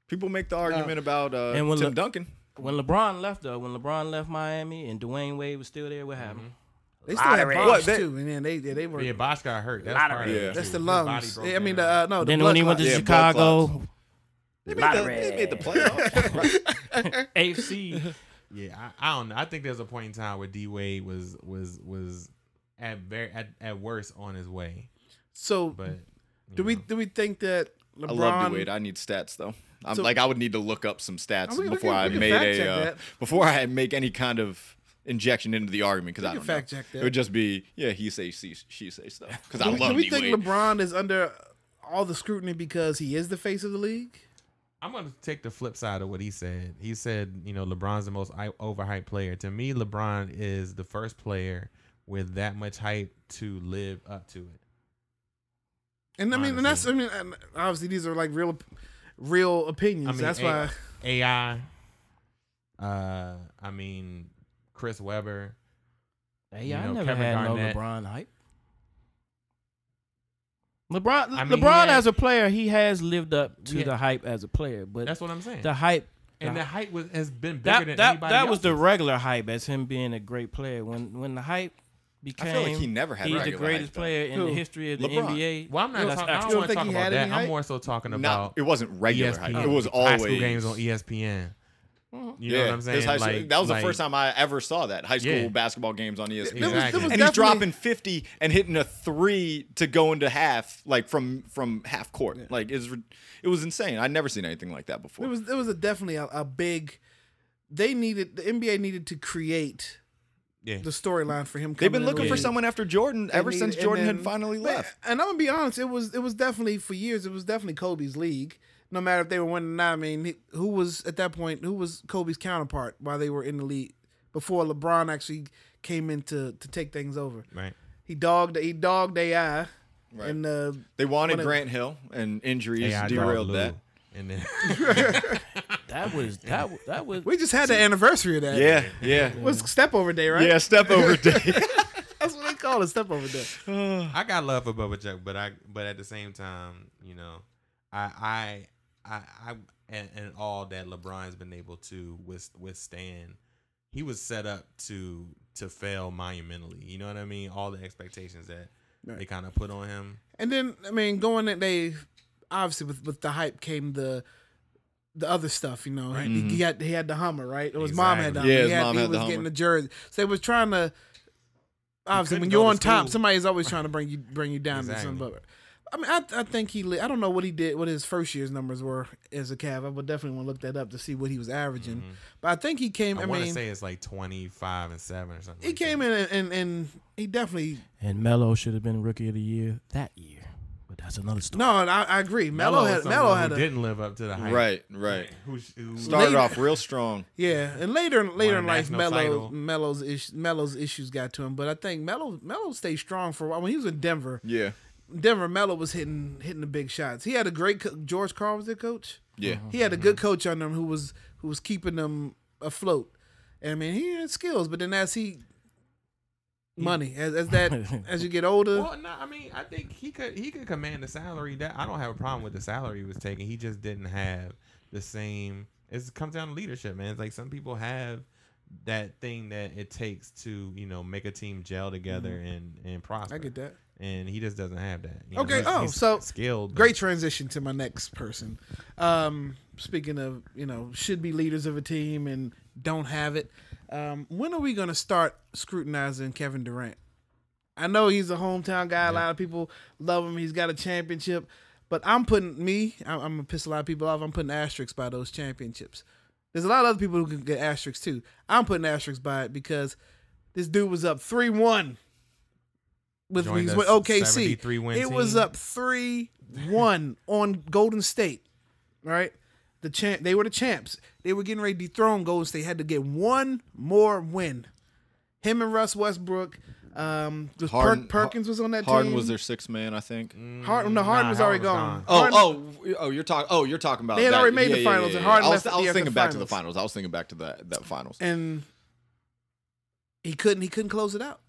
B: People make the argument about uh,
D: and when
B: Tim
D: Le-
B: Duncan.
D: When LeBron left, though, when LeBron left Miami and Dwayne Wade was still there, what happened?
B: Mm-hmm.
A: They still had
D: Lottery.
A: Bosh
B: What, they-
A: too, and then they yeah, they were.
C: Yeah, Bosh got hurt. That's
D: Lottery.
C: part of it,
B: Yeah.
C: too.
A: That's the
C: His
A: lungs.
C: body broke
A: Yeah, I mean, the,
C: down.
A: uh, no. The
D: Then when he
A: blood
D: went to
A: clot.
B: Yeah, blood
D: Chicago,
B: They made, the, they made the playoffs. *laughs*
D: AFC,
C: Yeah, I, I don't know. I think there's a point in time where D Wade was was was at very at, at worst on his way.
A: so
C: But
A: do we do we think that LeBron?
B: I love D Wade. I need stats though. I'm
A: So-
B: like I would need to look up some stats
A: we- we
B: before
A: can-
B: I
A: we can
B: made
A: fact check
B: a uh,
A: that.
B: before I make any kind of injection into the argument because I
A: can
B: don't
A: fact
B: know.
A: check that.
B: It would just be yeah he say she, she say stuff because I
A: do we, do
B: love
A: we
B: D
A: think
B: Wade.
A: LeBron is under all the scrutiny because he is the face of the league?
C: I'm gonna take the flip side of what he said. He said, you know, LeBron's the most I- overhyped player. To me, LeBron is the first player with that much hype to live up to it.
A: And I mean, and that's I mean, and obviously these are like real, real opinions.
C: I mean,
A: that's
C: A-
A: why.
C: AI, Uh, I mean, Chris Webber.
D: *laughs* Hey,
C: You
D: I
C: know,
D: never
C: Kevin
D: had
C: Garnett.
D: no LeBron hype. LeBron,
C: I mean, he
D: LeBron
C: had-
D: as a player, he has lived up to
C: Yeah.
D: the hype as a player, but
C: That's what I'm saying.
D: the hype
C: and
D: the-
C: the hype was has been bigger
D: that
C: than
D: that,
C: anybody
D: that
C: else.
D: was the regular hype as him being a great player. When when the hype became,
B: I feel like he never had
D: he's the
B: regular
D: greatest
B: hype, though.
D: player in
A: Who?
D: the history of the
B: LeBron.
D: NBA.
C: Well, I'm not. Talking,
D: That's
C: I don't
D: actual-
C: want
A: actually-
C: to
A: You don't
C: talk
A: think he
C: about
A: had
C: that.
A: any
C: I'm
A: hype?
C: more so talking
B: Not,
C: about E
B: it wasn't regular hype. It was
C: ESPN,
B: always
C: high school games on E ESPN. You know what I'm
B: this
C: saying?
B: high school-
C: Like-
B: that was
C: like-
B: the first time I ever saw that high school
C: Yeah.
B: basketball games on E ESPN.
A: There was- there
C: Exactly.
A: was
B: and he's
A: definitely-
B: dropping 50 and hitting a three to go into half, like from from half court. Like it's, re- it was insane. I'd never seen anything like that before.
A: It was it was a definitely a, a big. They needed the NBA needed to create
C: Yeah.
A: the storyline for him.
B: They've
A: coming
B: been
A: in
B: looking
A: the
B: for
A: league.
B: someone after Jordan
A: They
B: ever
A: needed-
B: since
A: and
B: Jordan had
A: then-
B: finally
A: but-
B: left.
A: And I'm gonna be honest, it was it was definitely for years. It was definitely Kobe's league. No matter if they were winning or not. I mean, he- who was at that point? Who was Kobe's counterpart while they were in the league before LeBron actually came in to to take things over?
C: Right.
A: He dogged he dogged AI, and uh,
B: They wanted
A: When it-
B: Grant Hill, and injuries
C: AI
B: derailed
C: dog
B: that.
C: Lou. And then *laughs*
D: That was that was, that was
A: we just had the anniversary of that.
B: Yeah, yeah.
A: it was step over day, right?
B: *laughs* Yeah, step
A: *laughs*
B: over day.
A: that's what they call it, step over day.
C: I got love for Bubba Chuck, but I but at the same time, you know, I I I, I and, and all that LeBron's been able to with, withstand, he was set up to to fail monumentally. You know what I mean? All the expectations that they kind of put on him.
A: And then I mean, going that they obviously with with the hype came the the other stuff, you know. He, he had he had the Hummer, right? Or his mom had the Hummer.
B: Exactly.
A: he
B: Yeah, his
A: had,
B: mom
A: he
B: had
A: was
B: the
A: getting
B: Hummer.
A: the jersey. So they was trying to obviously
C: couldn't
A: when
C: go
A: you're
C: to
A: on top,
C: school.
A: somebody's always trying to bring you bring you down
C: Exactly.
A: to some bubble. I mean, I, I think he. Li- I don't know what he did, what his first year's numbers were as a Cav. I would definitely want to look that up to see what he was averaging. But I think he came.
C: I,
A: I,
C: want
A: mean,
C: to say it's like twenty five and seven or something.
A: he came in and, and and he definitely
D: and Melo should have been rookie of the year that year, but that's another story.
A: no. and I, I agree. Melo had Melo had a
C: didn't live up to the
B: *laughs*
C: hype.
B: right, right.
C: Who, who
B: Started
A: Later.
B: off real strong.
A: Yeah, and later later in
C: a
A: life,
C: national
A: Melo
C: title.
A: Melo's is, Melo's issues got to him, but I think Melo Melo stayed strong for a while. When he was in Denver,
B: Yeah,
A: Denver Melo was hitting hitting the big shots. He had a great co- George Carl was their coach.
B: yeah.
C: Oh,
A: He had a good coach on them who was who was keeping them afloat. And I mean, he had skills, but then as he money as, as
C: *laughs*
A: that as you get older,
C: Well, no, I mean, I think he could he could command the salary that I don't have a problem with the salary he was taking. He just didn't have the same. It comes down to leadership, man. It's like some people have that thing that it takes to you know make a team gel together and and prosper.
A: I get that.
C: and he just doesn't have that. you know,
A: Okay,
C: he's-
A: oh,
C: he's
A: so
C: skilled. but-
A: great transition to my next person. Um, speaking of, you know, should be leaders of a team and don't have it. Um, when are we going to start scrutinizing Kevin Durant? I know he's a hometown guy. A lot of people love him. He's got a championship, but I'm putting me. I'm, I'm gonna piss a lot of people off. I'm putting asterisks by those championships. There's a lot of other people who can get asterisks too. I'm putting asterisks by it because this dude was up three one with
C: Joined
A: he's
C: a
A: with OKC.
C: 73 win
A: It was
C: team.
A: up three one on Golden State. Right, the champ. They were the champs. They were getting ready to dethrone Golden State. Had to get one more win. Him and Russ Westbrook. Um, was
B: Harden-
A: Perk, Perkins was on that
B: Harden
A: team. Mm.
B: was their sixth man, I think.
A: Harden, no, Harden
C: Nah,
A: was already
C: Harden
A: gone.
C: was gone.
B: Oh,
A: Harden-
B: oh, oh! You're talking. Oh, you're talking about.
A: They had
B: that.
A: already made
B: Yeah,
A: the
B: yeah,
A: finals,
B: yeah,
A: and
B: yeah.
A: Harden
B: I
A: left
B: was,
A: at
B: I
A: the
B: was
A: end
B: thinking
A: of the
B: back to the
A: finals.
B: finals. I was thinking back to that that finals.
A: And he couldn't. He couldn't close it out.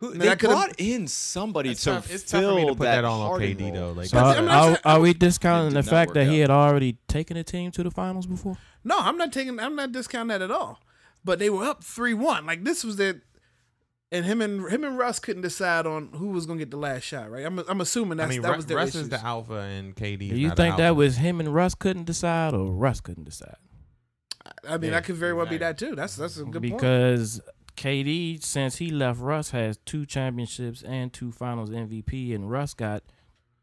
B: Who,
A: No,
B: they
A: that could've-
B: brought in somebody
C: It's
B: to
C: tough, it's tough
B: fill
C: for me to put that,
B: that
C: on on
B: Harden
C: KD
B: role.
C: though. Like
D: So
A: I
D: are,
A: mean, I'm
D: are,
A: not-
D: are we
B: It
D: discounting
B: did
D: the
B: not
D: fact that
B: work
D: he
B: out.
D: had already taken a team to the finals before?
A: No, I'm not taking. I'm not discounting that at all. But they were up three one. Like this was their. And him and him and Russ couldn't decide on who was gonna get the last shot. Right. I'm. I'm assuming
C: I
A: that's
C: mean,
A: that
C: Ru-
A: was their
C: Russ
A: issues.
C: is the alpha and KD.
D: Do
C: is
D: you
C: not the
D: think that
C: alpha.
D: was him and Russ couldn't decide, or Russ couldn't decide?
A: I mean,
C: Yeah,
A: that could very well be that
C: exactly.
A: too. That's that's a good point.
D: because KD, since he left, Russ has two championships and two Finals MVP, and Russ got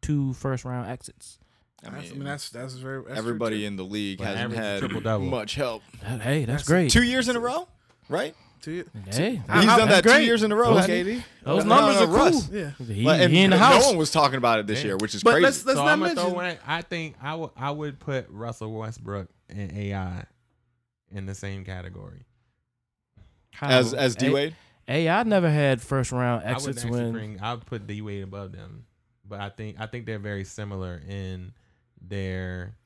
D: two first round exits.
B: I
A: That's- I
B: mean,
A: mean, that's that's very. That's true,
B: everybody
A: too.
B: in the league
C: But
B: hasn't
C: average is
B: had
C: triple-double.
B: much help.
D: That- hey, that's, great.
B: Two years in a row, right?
A: Two-
D: hey,
B: He's
A: I-
B: done
D: that's
B: that
D: great.
B: two years in a row.
D: Those-
B: hasn't he?
A: KD.
D: those
B: No,
D: numbers
B: no,
D: are cool.
B: Russ.
A: Uh, Yeah.
D: He,
B: Like, and
D: he in the
B: no
D: house.
B: one was talking about it this
C: Yeah.
B: year, which is
A: But
B: crazy.
A: let's let's
C: so
A: not
C: I'm gonna
A: mention.
C: throw in. I think I would I would put Russell Westbrook and AI in the same category.
D: How-
B: as as D
D: A-
B: Wade,
D: Hey, I never had first round
C: I would
D: exits
C: actually
D: when
C: bring. I would put D Wade above them, but I think I think they're very similar in their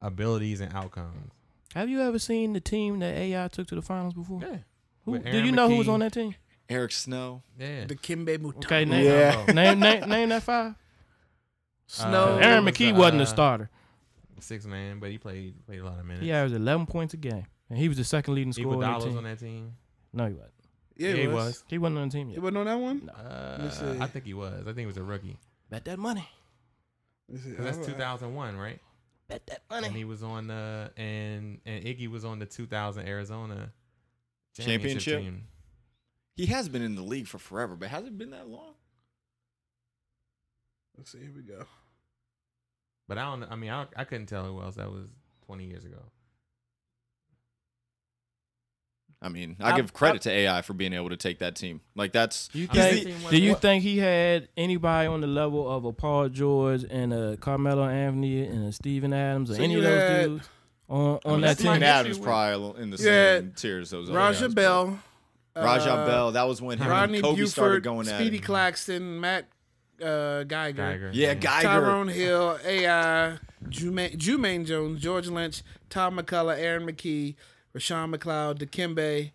C: abilities and outcomes.
D: Have you ever seen the team that AI took to the finals before?
C: Yeah.
D: Who,
C: With
D: do
C: Aaron
D: you know who was
C: McKee.
D: on that team?
B: Eric Snow.
C: Yeah.
A: The Kimbe Mutombo.
D: Okay, uh, name,
C: Yeah.
D: name, name, name that five.
A: Snow.
C: Uh,
D: Aaron
C: was the,
D: McKee wasn't
C: uh,
D: a starter.
C: Six man, but he played played a lot of minutes.
D: He averaged 11 points a game, and he was the second leading
C: He was
D: scorer on the team.
C: on that team.
D: no, he wasn't.
A: yeah,
C: he
A: it was.
C: was.
D: He wasn't on the team
A: It
D: yet.
A: wasn't on that one. Let's
C: Uh,
A: see.
C: I think he was. I think he was a rookie.
D: Bet that money.
A: Let's see.
C: 'Cause that's
A: Alright.
C: 2001, right?
D: Bet that
C: And
D: money.
C: he was on the and and Iggy was on the 2000 Arizona
B: Championship?
C: team.
B: He has been in the league for forever, but has it been that long?
A: Let's see. Here we go.
C: But I don't. I mean, I, I couldn't tell who else that was 20 years ago.
B: I mean, I
D: I-
B: give credit to AI for being able to take that team. Like that's
C: I mean,
D: You think?
C: that team
D: Do
C: wasn't-
D: you think he had anybody on the level of a Paul George and a Carmelo Anthony and a Steven Adams or
A: So
D: any
A: you
D: of those
A: had-
D: dudes on, on
B: I mean,
D: that
B: Steven
D: team?
C: issue
B: Adams
C: with-
B: probably in the
A: Yeah.
B: same tier as those. other
A: Raja
B: guys,
A: Bell.
B: but- Raja
A: uh,
B: Bell. That was when him
A: Rodney
B: and Kobe
A: Buford.
B: started going at.
A: Speedy
B: it.
A: Claxton. Matt uh, Geiger.
C: Geiger,
B: Yeah, Geiger.
A: Tyrone Hill, AI, Jumaine, Jumaine Jones, George Lynch, Tom McCullough, Aaron McKee, Rashawn McLeod, Dikembe,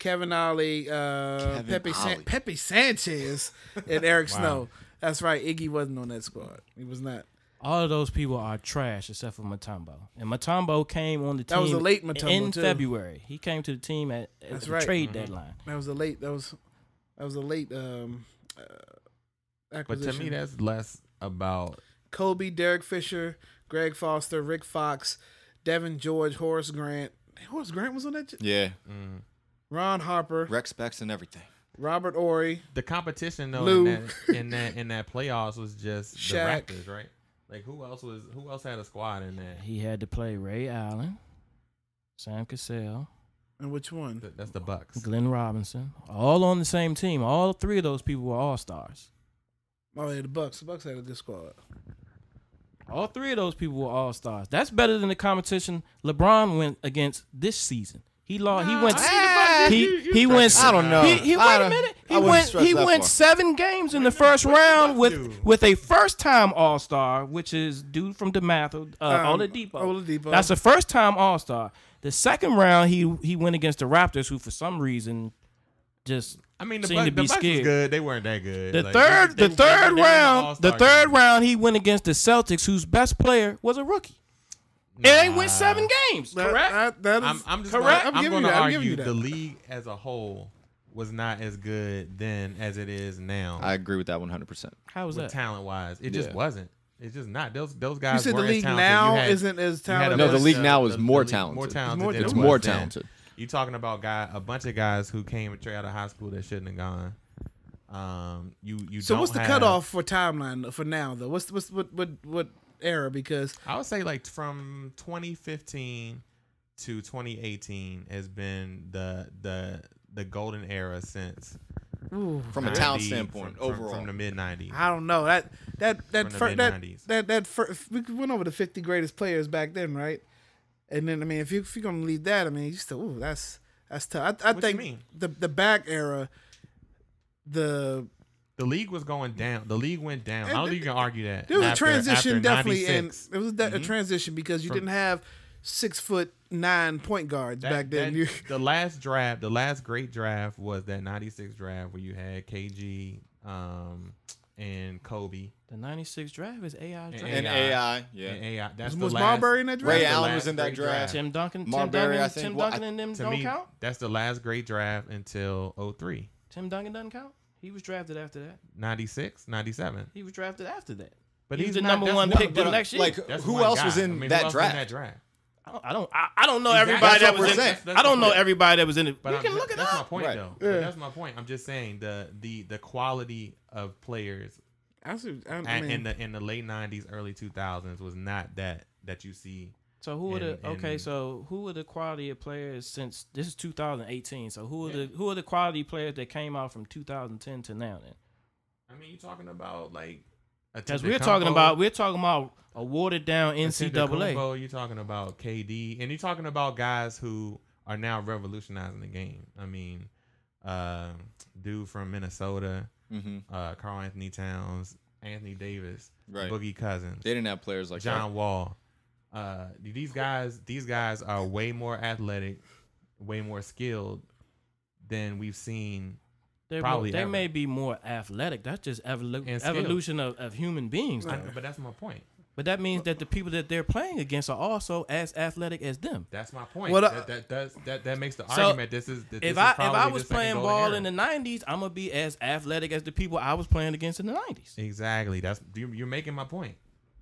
A: Kevin Ollie, uh,
B: Kevin
A: Pepe, San-
B: Ollie.
A: Pepe Sanchez, and Eric
B: *laughs*
C: Wow.
A: Snow. That's right. Iggy wasn't on that squad. He was not.
D: All of those people are trash except for Matumbo. And Matumbo came on the team
A: That was a late Mutombo,
D: in
A: too.
D: February. He came to the team at, at
A: That's
D: the
A: right.
D: trade deadline.
A: That was a late. That was that was a late um, uh,
C: But
A: acquisition.
C: to me, that's less about.
A: Kobe, Derek Fisher, Greg Foster, Rick Fox, Devin George, Horace Grant. Horace Grant was on that. j-
B: Yeah,
C: mm.
A: Ron Harper,
B: rec specs and everything.
A: Robert Ory.
C: The competition though
A: Lou.
C: in that, in that in that playoffs was just
A: Shaq.
C: the Raptors, right? Like who else was who else had a squad in that?
D: He had to play Ray Allen, Sam Cassell,
A: And which one?
C: Th- That's the Bucks.
D: Glenn Robinson, all on the same team. All three of those people were all stars.
A: Oh yeah, the Bucks. The Bucks had a good squad.
D: All three of those people were all stars. That's better than the competition LeBron went against this season. He lost. he went. he he went.
B: I don't know.
D: He, he-
B: I
D: wait a
B: don't-
D: minute.
B: I
D: He
B: wouldn't
D: went.
B: stretch
D: He
B: that
D: went
B: far.
D: seven games in the first round with
C: do?
D: with a first time All Star, which is dude from Demathol, uh,
A: Um,
D: Oladipo.
A: Oladipo.
D: That's the first time All Star. The second round, he he went against the Raptors, who for some reason just
C: I mean, the,
D: seemed
C: Bucks,
D: to be
C: the Bucks was
D: scared.
C: good. They weren't that good.
D: The
C: Like,
D: third,
C: they-
D: the
C: they-
D: third
C: they were
D: round, the
C: all-star
D: third
C: game.
D: round, he went against the Celtics, whose best player was a rookie, and they won seven games.
A: That-
D: correct?
A: That, that is,
C: I'm, I'm just
D: Correct?
C: Gonna,
A: I'm
C: I'm,
A: giving
C: going
A: you
C: to
A: that. I'm giving you
C: argue
A: that.
C: the league as a whole was not as good then as it is now.
B: I agree with that 100. percent
D: How was that?
C: talent wise, it just
B: Yeah.
C: wasn't. It's just not. Those those
A: you
C: guys.
A: said the
C: weren't as
A: league
C: talented.
A: now
C: You had-
A: isn't as
C: you had a
A: talented.
B: No, the
C: bunch-
B: league now is more
C: league- More
B: talented.
C: talented.
A: more
C: than it
B: It's
A: It
B: more
C: was then.
B: talented.
C: You talking about guy a bunch of guys who came straight out of high school that shouldn't have gone. Um, you you.
A: So
C: don't
A: what's the
C: have-
A: cutoff for timeline for now though? What's what's what what what era? Because
C: I would say like from 2015 to 2018 has been the the the golden era since
A: ooh,
B: From a talent
C: 90
B: standpoint,
C: from- from-
B: overall,
C: from the mid 90s.
A: I don't know that that that
C: From the
A: fir- that,
C: mid-nineties.
A: that that fir- we went over the 50 greatest players back then, right? And then I mean, if you if you're gonna leave that, I mean, you still ooh, that's that's tough. I, I
C: you
A: think
C: mean?
A: the the back era, the
C: The league was going down. The league went down. I
A: And
C: don't
A: th-
C: think you can argue that.
A: There was
C: After- Mm-hmm.
A: a transition,
C: after
A: definitely, and
C: 96,
A: it was that, a transition because you didn't have six foot nine point guards
C: that-
A: back then.
C: that-
A: You, *laughs*
C: the last draft, the last great draft was that '96 draft where you had KG um, and Kobe
D: The '96 draft is AI draft.
B: And
C: AI.
B: AI, yeah.
C: and AI. That's
A: Was
C: the last,
A: Marbury in that draft?
B: Ray
C: that's the
B: Allen
C: last
B: was in that
C: great
B: draft.
D: Tim Duncan, Tim
B: Marbury,
D: Duncan,
B: I think,
D: Tim
B: well, I-
D: Duncan, and them
C: To
D: don't
C: me,
D: count.
C: that's the last great draft until 03.
D: Tim Duncan doesn't count. He was drafted after that.
C: 96, 97.
D: He was drafted after that.
C: But
D: He's
C: he's
D: the
C: not-
D: number
C: that's
D: one
C: one-
D: pick
B: But,
D: the
B: uh,
D: next year.
B: like,
C: That's
B: who
C: one
B: else
C: guy.
B: was
C: I
B: in
C: mean, who
B: that
C: else was in
B: draft?
C: draft?
D: I don't. I don't, I, I don't know
C: Exactly.
D: everybody
B: That's
D: that
B: what
D: was
B: we're
D: in.
B: saying.
D: I don't know everybody that was in it.
C: But
D: we
C: I'm
D: can
C: ju-
D: look it
C: that's
D: up.
C: my point,
B: Right.
C: though. But that's my point. I'm just saying the the the quality of players
A: I see- I
C: at,
A: mean,
C: in the in the late '90s, early 2000s was not that that you see.
D: So who are the
C: And-
D: okay?
C: and-
D: So who are the quality of players since this is 2018? So who are the who are the quality players that came out from 2010 to now? Then
C: I mean, you're talking about like
D: because we're talking about we're talking about a watered down NCAA.
C: You're talking about KD, and you're talking about guys who are now revolutionizing the game. I mean, uh, dude from Minnesota,
B: Mm-hmm.
C: uh, Carl Anthony Towns, Anthony Davis,
B: Right.
C: Boogie Cousins,
B: They didn't have players like
C: John Wall. Uh, these guys, these guys are way more athletic, way more skilled than we've seen.
D: They
C: Probably
D: Probably they
C: ever.
D: may be more athletic. That's just evolu-
C: And skilled.
D: evolution of, of human beings.
C: I-
D: though.
C: but that's my point.
D: But that means that the people that they're playing against are also as athletic as them.
C: That's my point.
A: Well, uh,
C: that, that does that that makes the
D: So,
C: argument. This is that this
D: if
C: is
D: I if
C: probably
D: I
C: the
D: was
C: second
D: playing
C: golden
D: ball
C: era.
D: in the '90s, I'm gonna be as athletic as the people I was playing against in the '90s.
C: exactly that's you- you're making my point.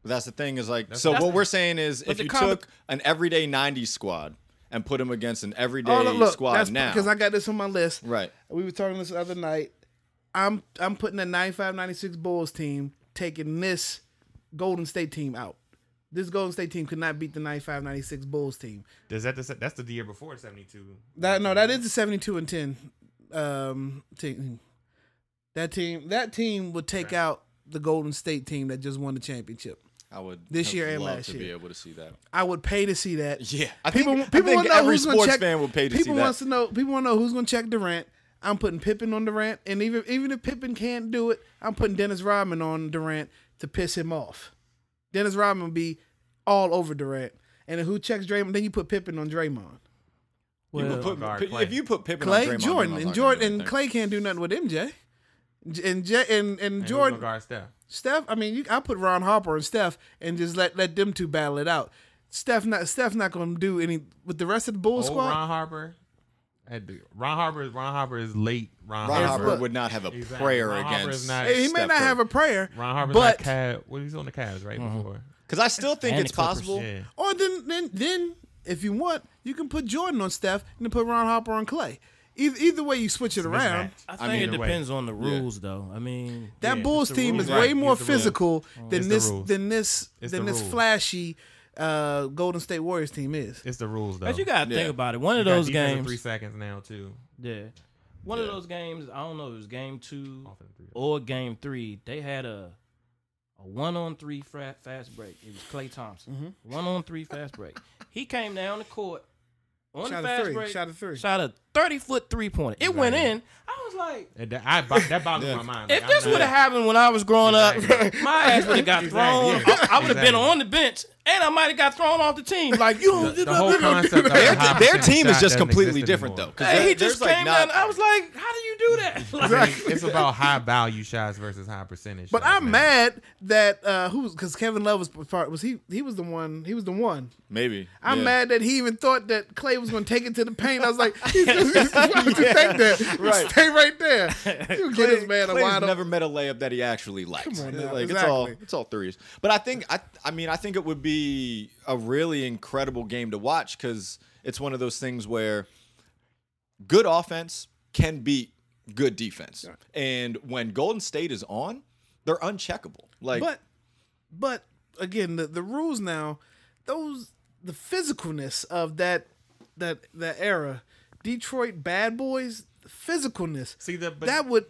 B: But that's the thing is like so
D: that's
B: what
D: the-
B: we're saying is if
D: the
B: you
D: combi-
B: took an everyday 90s squad and put them against an everyday
A: Oh, look, look,
B: squad
A: that's
B: now.
A: because I got this on my list.
B: right.
A: We were talking this the other night. I'm I'm putting the 95-96 Bulls team taking this Golden State team out. This Golden State team could not beat the 95-96 Bulls team.
C: Does that the- that's the year before seventy two?
A: That no, that is the 72 and 10 um team. That team that team would take out the Golden State team that just won the championship.
B: I would
A: This
B: have
A: year and
B: loved
A: last
B: to
A: year.
B: be able to see that.
A: I would pay to see that.
B: Yeah. I
A: people
B: think,
A: people
B: I
A: want
B: think
A: to know
B: every
A: who's going
B: sports
A: to check.
B: fan would pay to
A: people
B: see that.
A: wants to know. People want to know who's going to check Durant. I'm putting Pippen on Durant, and even even if Pippen can't do it, I'm putting Dennis Rodman on Durant to piss him off. Dennis Rodman would be all over Durant, and then who checks Draymond? Then you put Pippen on Draymond,
B: You
D: Well,
B: would put-
C: guard
B: put-
C: Clay.
B: if you put Pippen
A: Clay,
B: on Draymond,
A: Jordan, and
B: Draymond's not gonna do
A: Jordan, and
B: anything.
A: Clay can't do nothing with MJ. J- And J- and and
C: And who's
A: Jordan,
C: gonna guard Steph?
A: Steph, I mean, you, I put Ron Harper and Steph, and just let, let them two battle it out. Steph not Steph not gonna do any with the rest of the Bulls
C: Old
A: squad.
C: Oh, Ron Harper. That dude- Ron Harper is Ron Harper is late. Ron,
B: Ron
A: Yes,
B: Harper
A: look.
B: would not have a
C: Exactly.
B: prayer
C: Ron Harper is
B: against.
C: not-
A: Hey, he may not have a prayer.
C: Ron Harper's
A: but
C: not Cav. Well, he's on the Cavs right
A: Mm-hmm.
C: before.
B: because I still think
D: And
B: it's
D: the Clippers.
B: possible.
C: Yeah.
A: or then then then if you want, you can put Jordan on Steph and then put Ron Harper on Clay. Either, either way, you switch it around.
D: I think
B: I mean,
D: it
C: either way.
D: depends on the rules, though. I mean,
A: That
C: Yeah,
A: Bulls
C: it's the
A: team
C: rules.
A: is
C: Right,
A: way
C: it's
A: more
C: the rules.
A: physical than
C: It's the
A: this
C: rules.
A: than this
C: It's
A: than
C: the
A: this
C: rules.
A: flashy uh, Golden State Warriors team is.
C: It's the rules though.
D: but you gotta
B: Yeah.
D: think about it. One of
C: You got
D: those
C: defense in
D: games,
C: Three seconds now too.
D: yeah, one of
B: Yeah.
D: those games. I don't know. It was game two
C: Offense three.
D: or game three. They had a a one on three fra- fast break. It was Clay Thompson. One on three fast break. He came down the court on
A: Shot a
D: the fast
A: three,
D: break.
A: shot a three.
D: Shot a thirty foot three pointer. It went in. I was like.
C: And that, I, bo- that boggles my mind.
D: If
C: Like,
D: this
C: I'm
D: would have
C: not-
D: happened when I was growing
C: Exactly.
A: *laughs*
D: up, my ass would have got
C: Exactly,
D: thrown.
C: yeah.
D: I, would have been
C: Exactly.
D: on the bench, and I might have got thrown off the team. Like you, don't-
A: *laughs*
C: the whole concept of
B: Their,
C: the high *laughs*
B: their
C: percentage
B: team is
C: shot
B: just
C: doesn't
B: completely
C: exist
B: different
C: anymore.
B: though.
D: Hey, he
B: there's
D: just came
B: not-
D: down. I was like, how do you do that? *laughs* Like,
C: I mean, it's about high value shots versus high percentage.
A: But
C: shots,
A: I'm
C: man.
A: mad that uh, who was because Kevin Love was part was he he was the one he was the one
B: maybe.
A: I'm
B: yeah.
A: mad that he even thought that Clay was going to take it to the paint. I was like, he's just, he's why would you take that?
B: Right.
A: Stay right there. You get this man a
B: Clay's
A: wide
B: never met a layup that he actually likes.
A: on now,
B: like it's all
A: exactly.
B: it's all threes. But I think I I mean I think it would be a really incredible game to watch because it's one of those things where good offense can beat good defense, and when Golden State is on, they're uncheckable. Like
A: But, but again, the, the rules now, those the physicalness of that that that era, Detroit Bad Boys physicalness.
C: See, the- but-
A: that would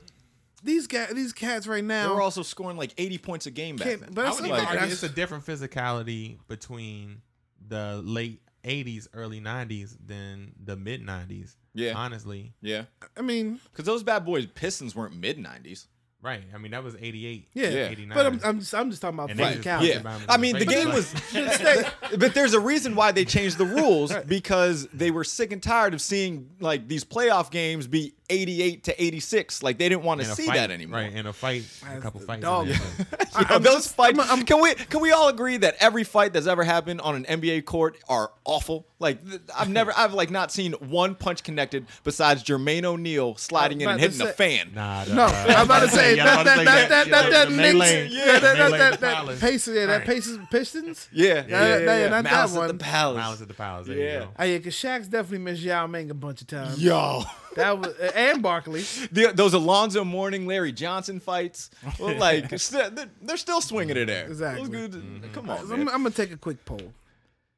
A: these guys these cats right
B: they
A: now.
B: were also scoring like 80 points a game back
A: Can't-
B: then.
A: but
C: I
A: that's
C: would
A: like,
C: even argue
A: that's-
C: it's a different physicality between the late '80s, early '90s than the mid '90s.
B: Yeah.
C: honestly,
B: yeah,
A: I mean,
B: because those bad boys Pistons weren't mid 90s.
C: right. I mean, that was '88.
A: yeah,
B: Yeah.
A: but I'm, I'm just, I'm just talking about
C: And they
A: physicality.
C: just-
B: Yeah, I mean the game was, *laughs* but there's a reason why they changed the rules because they were sick and tired of seeing like these playoff games be 88 to 86. Like they didn't want to
C: In a
B: see
C: fight,
B: that anymore.
C: Right, in a fight, a couple
A: the
C: fights.
A: dog. *laughs*
C: in there.
B: You know, those fights. can we can we all agree that every fight that's ever happened on an NBA court are awful? Like th- I've never I've like not seen one punch connected besides Jermaine O'Neal sliding in
A: About
B: and
A: to
B: hitting a
A: say-
B: fan.
C: Nah, uh,
A: No, I'm about to say
C: y'all
A: that
C: about
A: that
C: to say
A: that that
C: that.
A: that
C: Yeah,
A: that
C: the main lane.
A: Knicks, yeah, that
C: Main
A: that
C: lane
A: that
C: to
A: that
C: Palace.
A: Pacers, yeah, that
C: Right.
A: Pacers Pistons.
B: Yeah,
A: yeah, yeah, yeah, not that
B: Malice
A: one.
B: at the palace.
C: Miles at the Palace. There
B: Yeah.
C: you go.
A: Oh yeah, cause Shaq's definitely missed Yao Ming a bunch of times.
B: Yo.
A: That was and
C: *laughs*
A: Barkley.
B: The, those Alonzo Mourning, Larry Johnson fights, *laughs* well, like st- they're, they're still swinging it there.
A: Exactly.
B: Those dudes- Come on,
A: I'm,
B: man.
A: I'm gonna take a quick poll.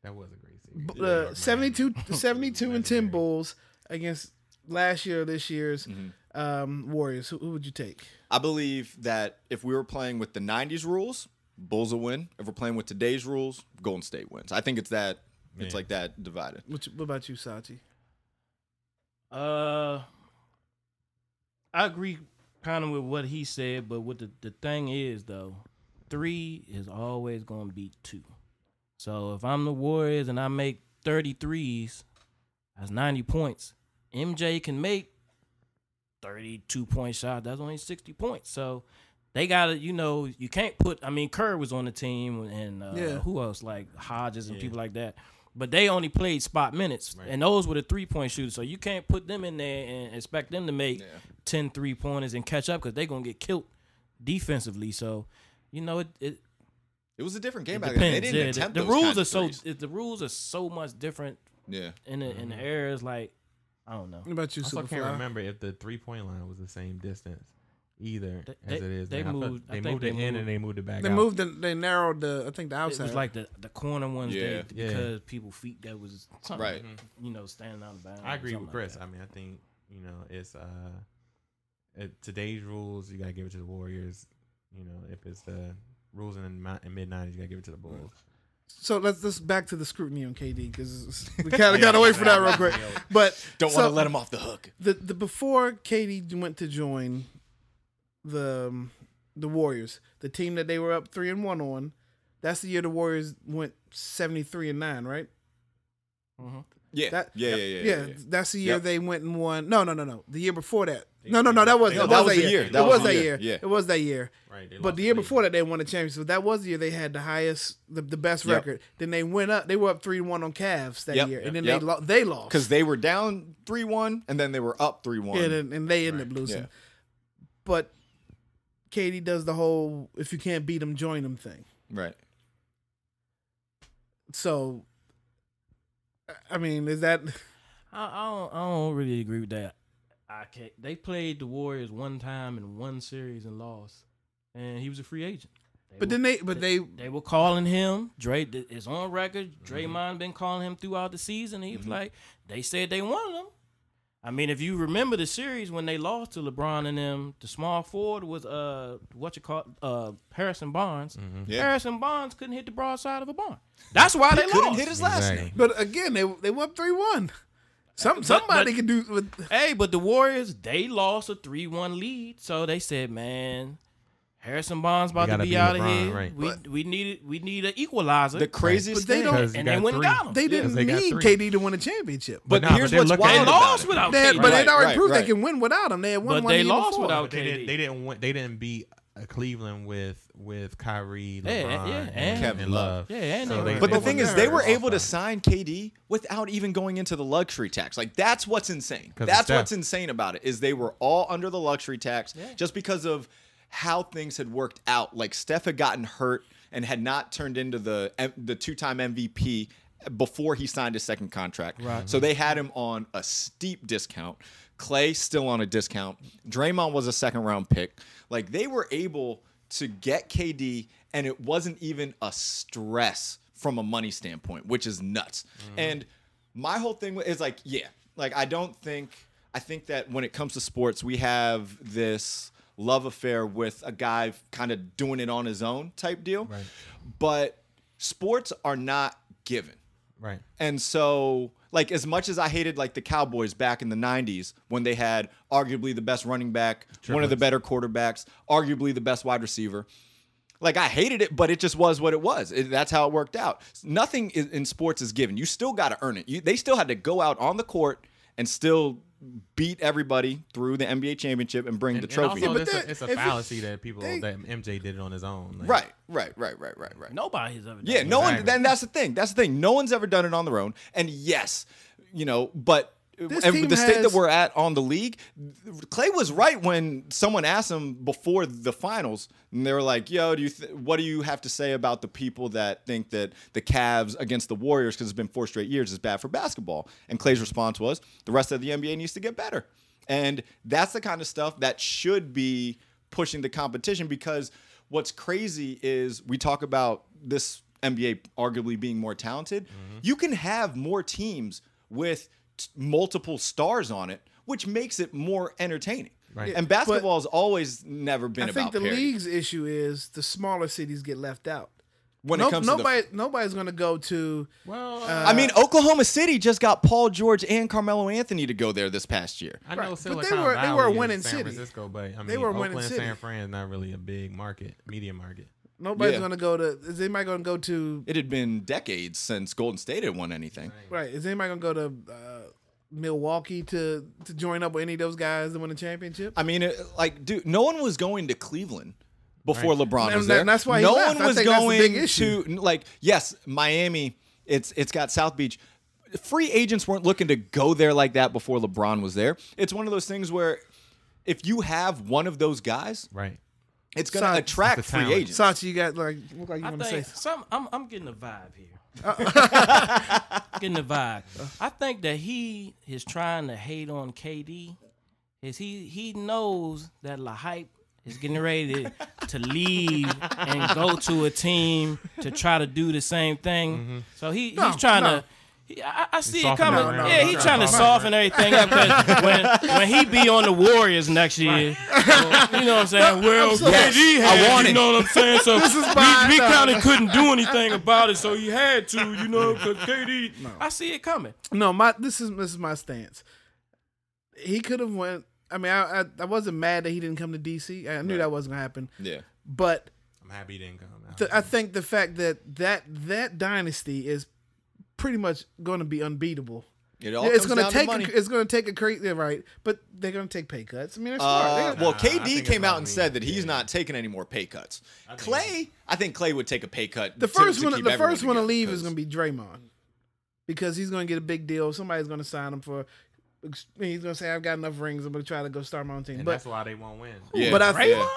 C: That was a great series.
A: B-
C: Yeah,
A: Uh,
C: man.
A: 72, 72 and ten
C: Legendary.
A: Bulls against last year, or this year's
C: Mm-hmm.
A: um, Warriors. Who, who would you take?
B: I believe that if we were playing with the '90s rules, Bulls will win. If we're playing with today's rules, Golden State wins. I think it's that. It's
C: Yeah.
B: like that divided.
A: What, you- what about you, Sachi?
D: Uh, I agree kind of with what he said, but what the, the thing is though, three is always gonna beat two. So if I'm the Warriors and I make 33s, that's 90 points. MJ can make 32 point shot. That's only 60 points. So they got to, you know, you can't put. I mean, Kerr was on the team, and uh,
A: Yeah.
D: who else like Hodges and people like that. But they only played spot minutes, and those were the three point shooters. So you can't put them in there and expect them to make ten three 10 three pointers and catch up because they're gonna get killed defensively. So, you know, it, it
B: It was a different game
D: it
B: back then. They
D: depends.
B: didn't
D: yeah,
B: attempt
D: the, the
B: those
D: rules
B: kinds
D: are
B: of
D: so
B: threes.
D: it, the rules are so much different
B: Yeah.
D: in the in the
B: Mm-hmm.
D: areas like I don't know.
A: What about you,
C: I also can't
A: Superfly?
C: remember if the three point line was the same distance either
D: They-
C: as
D: they-
C: it is.
D: they
C: now. I felt-
D: moved- I
C: They
D: think
C: moved
D: they
C: it in
D: moved-
C: and they moved it back.
A: They
C: out.
A: moved. The, they narrowed the. I think the
D: It
A: outside.
D: was like the, the corner ones
B: Yeah.
D: they,
C: Yeah.
D: because people feet that was something,
B: Right.
D: You know, standing out of bounds.
C: I agree
D: something
C: with Chris.
D: Like
C: I mean, I think you know it's uh, it, today's rules. You gotta give it to the Warriors. You know, if it's the rules in the mi- in mid nineties, you gotta give it to the Bulls.
A: So let's let's back to the scrutiny on KD because
B: *laughs*
A: we kind of got away from that real quick. But
B: Don't
A: so
B: want to let him off the hook.
A: the the before KD went to join the um, the Warriors, the team that they were up three and one on. That's the year the Warriors went seventy three and nine, right?
D: that. Mhm.
B: Yeah.
A: That-
B: yeah, yeah, yeah, yeah, yeah.
A: that's the year
B: Yep.
A: they went and won. No, no, no, no. The year before that. No, no, no. That was
C: they
A: no,
C: lost
A: that was that year. That was that year.
B: Yeah.
A: It was that year.
C: Right. they
A: But
C: lost
A: the year
C: lead.
A: before that, they won a championship. So that was the year they had the highest, the, the best
B: Yep.
A: record. Then they went up. They were up three one on Cavs that
B: Yep.
A: year, and then
B: Yep.
A: they lo- they lost.
B: Because they were down 3 1, and then they were up 3 1.
A: Yeah, and, and they ended up losing.
B: Yeah.
A: But Katie does the whole if you can't beat them, join them thing.
B: Right.
A: So, I- I mean, is that
D: I, I don't I don't really agree with that. I can't. They played the Warriors one time in one series and lost, and he was a free agent. They
A: But
D: were-
A: then they, but they,
D: they were calling him. Dre is on record.
B: Mm-hmm.
D: Draymond been calling him throughout the season. He was like, they said they wanted him. I mean, if you remember the series when they lost to LeBron and them, the small forward was uh what you call uh Harrison Barnes.
B: Yeah.
D: Harrison Barnes couldn't hit the broadside of a barn. That's why they
B: Couldn't
D: lost.
B: hit his last
C: Exactly.
B: name.
A: but again, they they won three one. Some somebody
D: but-
A: can do. With,
D: Hey, but the Warriors they lost a three one lead, so they said, man. Harrison Barnes about to
C: gotta
D: be,
C: beat
D: out of
C: LeBron,
D: here.
C: right.
D: We we needed we need an equalizer.
B: The craziest
A: But they
B: thing.
A: don't-
C: Because you
D: and they
C: got
D: went and
C: three.
D: got him.
A: they
C: Oh, Yeah,
A: didn't
C: they got
A: need
C: three.
A: KD to win a championship.
B: But
C: But nah,
B: here's
C: but they're
B: what's
C: looking-
B: wild
D: They
C: Right.
B: about
D: lost
B: it.
D: without
A: They had,
D: KD.
A: but
B: Right,
A: they'd already
B: right,
A: proved
B: right.
A: they can win without them. They had one.
D: But
A: one
D: they
A: year
D: lost
A: before.
D: without-
C: They
D: KD.
C: didn't. They didn't win. They didn't beat uh, Cleveland with with Kyrie, LeBron,
D: Yeah, yeah,
C: and,
D: and-
B: Kevin
C: and
B: Love.
C: Love.
D: Yeah, and
C: So
D: they
C: they-
D: went-
B: But
C: they
B: the thing
C: won
B: is, they
C: theirs.
B: were able to sign KD without even going into the luxury tax. Like that's what's insane.
C: 'Cause of
B: That's
C: Steph.
B: what's insane about it is they were all under the luxury tax just because of how things had worked out. Like Steph had gotten hurt and had not turned into the the two time MVP before he signed his second contract. Right. So they had him on a steep discount. Clay still on a discount. Draymond was a second round pick. Like they were able to get KD, and it wasn't even a stress from a money standpoint, which is nuts. And my whole thing is like, yeah, like I don't think I think that when it comes to sports, we have this love affair with a guy kind of doing it on his own type deal. Right. But sports are not given.
C: Right.
B: And so, like, as much as I hated like the Cowboys back in the '90s when they had arguably the best running back, one of the better quarterbacks, arguably the best wide receiver, like I hated it, but it just was what it was. It- that's how it worked out. Nothing is, in sports is given. You still got to earn it. You, they still had to go out on the court and still beat everybody through the NBA championship and bring the
C: And
B: trophy.
C: also,
A: but
C: it's,
A: that-
C: a, it's a
A: if it-
C: fallacy that people
A: they-
C: that MJ did it on his own. Like,
B: right, right, right, right, right, right.
D: Nobody's ever. done
B: Yeah,
D: that.
B: no one.
C: Exactly.
B: Then that's the thing. That's the thing. No one's ever done it on their own. And yes, you know, but
A: team
B: and the state that
A: has-
B: we're at on the league, Clay was right when someone asked him before the finals, and they were like, "Yo, do you th- what do you have to say about the people that think that the Cavs against the Warriors because it's been four straight years is bad for basketball?" And Clay's response was, "The rest of the NBA needs to get better." And that's the kind of stuff that should be pushing the competition because what's crazy is we talk about this NBA arguably being more talented. You can have more teams with t- multiple stars on it, which makes it more entertaining.
C: Right.
B: And basketball's always never been
A: I
B: about
A: think the
B: parity
A: league's issue is the smaller cities get left out.
B: when
A: No-
B: it comes
A: nobody,
B: to
A: nobody's going to go to.
C: Well,
B: the,
A: Uh,
B: I mean, Oklahoma City just got Paul George and Carmelo Anthony to go there this past year.
C: I
A: Right,
C: know
A: but
C: Silicon
A: they were- they
C: Valley
A: were a
C: is
A: winning
C: San
A: city.
C: Francisco, but I mean,
A: They were a winning
C: Oakland,
A: city.
C: San Fran is not really a big market, media market.
A: Nobody's
B: Yeah.
A: gonna go to. Is anybody gonna go to?
B: It had been decades since Golden State had won anything.
A: Right? Is anybody gonna go to uh, Milwaukee to to join up with any of those guys that win the championship?
B: I mean, it, like, dude, no one was going to Cleveland before LeBron
A: And
B: was
A: that-
B: there.
A: that's why he
B: no
A: left.
B: one
A: I
B: was
A: think that's the
B: going
A: big issue.
B: to like. Yes, Miami. It's it's got South Beach. Free agents weren't looking to go there like that before LeBron was there. It's one of those things where if you have one of those guys,
C: Right.
B: it's going to
A: Sa-
B: attract
C: It's the
B: free
C: talent.
B: agents.
A: Sachi, you got like look like you
D: I
A: want to say
D: think
A: something.
D: some, I'm, I'm getting a vibe here.
A: *laughs*
D: getting a vibe. I think that he is trying to hate on KD. Is he he knows that La Hype is getting ready to, to leave and go to a team to try to do the same thing. So he,
A: No,
D: he's trying
A: no.
D: to. He, I, I see it
C: Soften
D: coming.
C: that
A: ground.
D: yeah, he's
A: No, no,
D: trying
A: no,
D: to
A: no.
D: soften everything up 'cause when, when he be on the Warriors next year, you know what I'm saying? Well,
A: so- Yes,
D: KD
B: I
D: had,
B: want
D: you
B: it.
D: know what I'm saying?
A: *laughs*
D: So
A: This is my-
D: we, we
A: no.
D: kind of couldn't do anything about it, so he had to, you know, because KD. I see it coming.
A: No, my this is this is my stance. He could have went. I mean, I, I I wasn't mad that he didn't come to DC. I knew that wasn't gonna happen.
B: yeah.
A: But
C: I'm happy he didn't come.
A: th- I think the fact that that that dynasty is pretty much going to be unbeatable.
B: It all
A: Yeah, it's
B: comes
A: gonna
B: down
A: take
B: to money.
A: a, it's gonna take a crazy yeah, right, but they're gonna take pay cuts. I mean, it's
B: Uh,
A: smart. They-
B: well,
C: Nah, I
B: KD
C: think
B: came
C: it's
B: out
C: not
B: and
C: me.
B: said that he's not taking any more pay cuts. Clay, I think Clay would take a pay cut.
A: the first one, the first one to leave is gonna be Draymond because he's gonna get a big deal. Somebody's gonna sign him for. He's gonna say, "I've got enough rings. I'm gonna try to go start my own team."
C: And
A: but
C: that's why they won't win.
A: but I-
B: think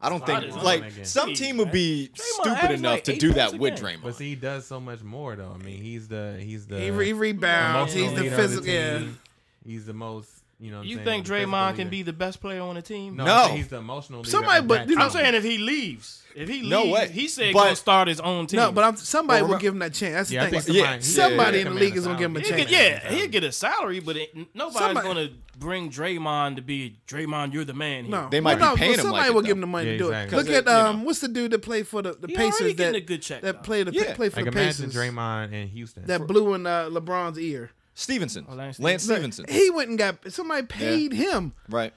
B: I don't think
D: Draymond
B: like
C: again.
B: some
D: Jeez,
B: team would be stupid
D: averaged
B: enough
D: like
B: to
D: eight
B: do
D: points
B: that
D: a
B: with
D: game.
B: Draymond.
C: But see, he does so much more though. I mean, he's the he's the
A: he, re- he rebounds.
C: emotional
A: He's the
C: leader of
A: physical. yeah.
C: team. He's the most you know. what I'm
D: You
C: saying,
D: think
C: the physical
D: Draymond can
C: leader.
D: be the best player on the team?
C: No,
B: No.
C: I think he's the emotional. Leader
A: Somebody-
C: of
A: but
C: that
A: you know-
C: team.
D: I'm saying if he leaves, if he leaves,
B: No way.
D: he said
B: But-
D: go start his own team.
A: No, but I'm, somebody
B: Well,
A: will give him that chance. That's the
C: Yeah, I
A: thing.
C: think somebody,
B: Yeah,
C: he-
A: somebody
C: yeah,
A: in the
C: command
A: league
C: the
A: is gonna give him a
C: sound.
D: He
A: chance.
D: could, yeah, he'll get a salary, but it, nobody's
A: Somebody-
D: going to bring Draymond to be Draymond. You're the man. Here.
A: No,
B: They might
A: Well, no,
B: be paying
A: well,
B: him
A: Somebody
B: like it,
A: will
B: though.
A: give him the money
C: Yeah,
A: to do
C: exactly.
A: it. Look
B: Because
A: at
B: it- you
A: um, what's the dude that played for the, the
D: He
A: Pacers
D: already
A: that
D: getting a good check.
A: that
D: though.
A: played the
B: Yeah.
A: play for
C: Like
A: the
C: imagine
A: Pacers
C: Draymond in Houston.
A: that blew in uh, LeBron's ear.
B: Stevenson,
D: Oh, Lance
B: Lance Stevenson,
A: Stevenson. He went and got somebody paid him.
B: right?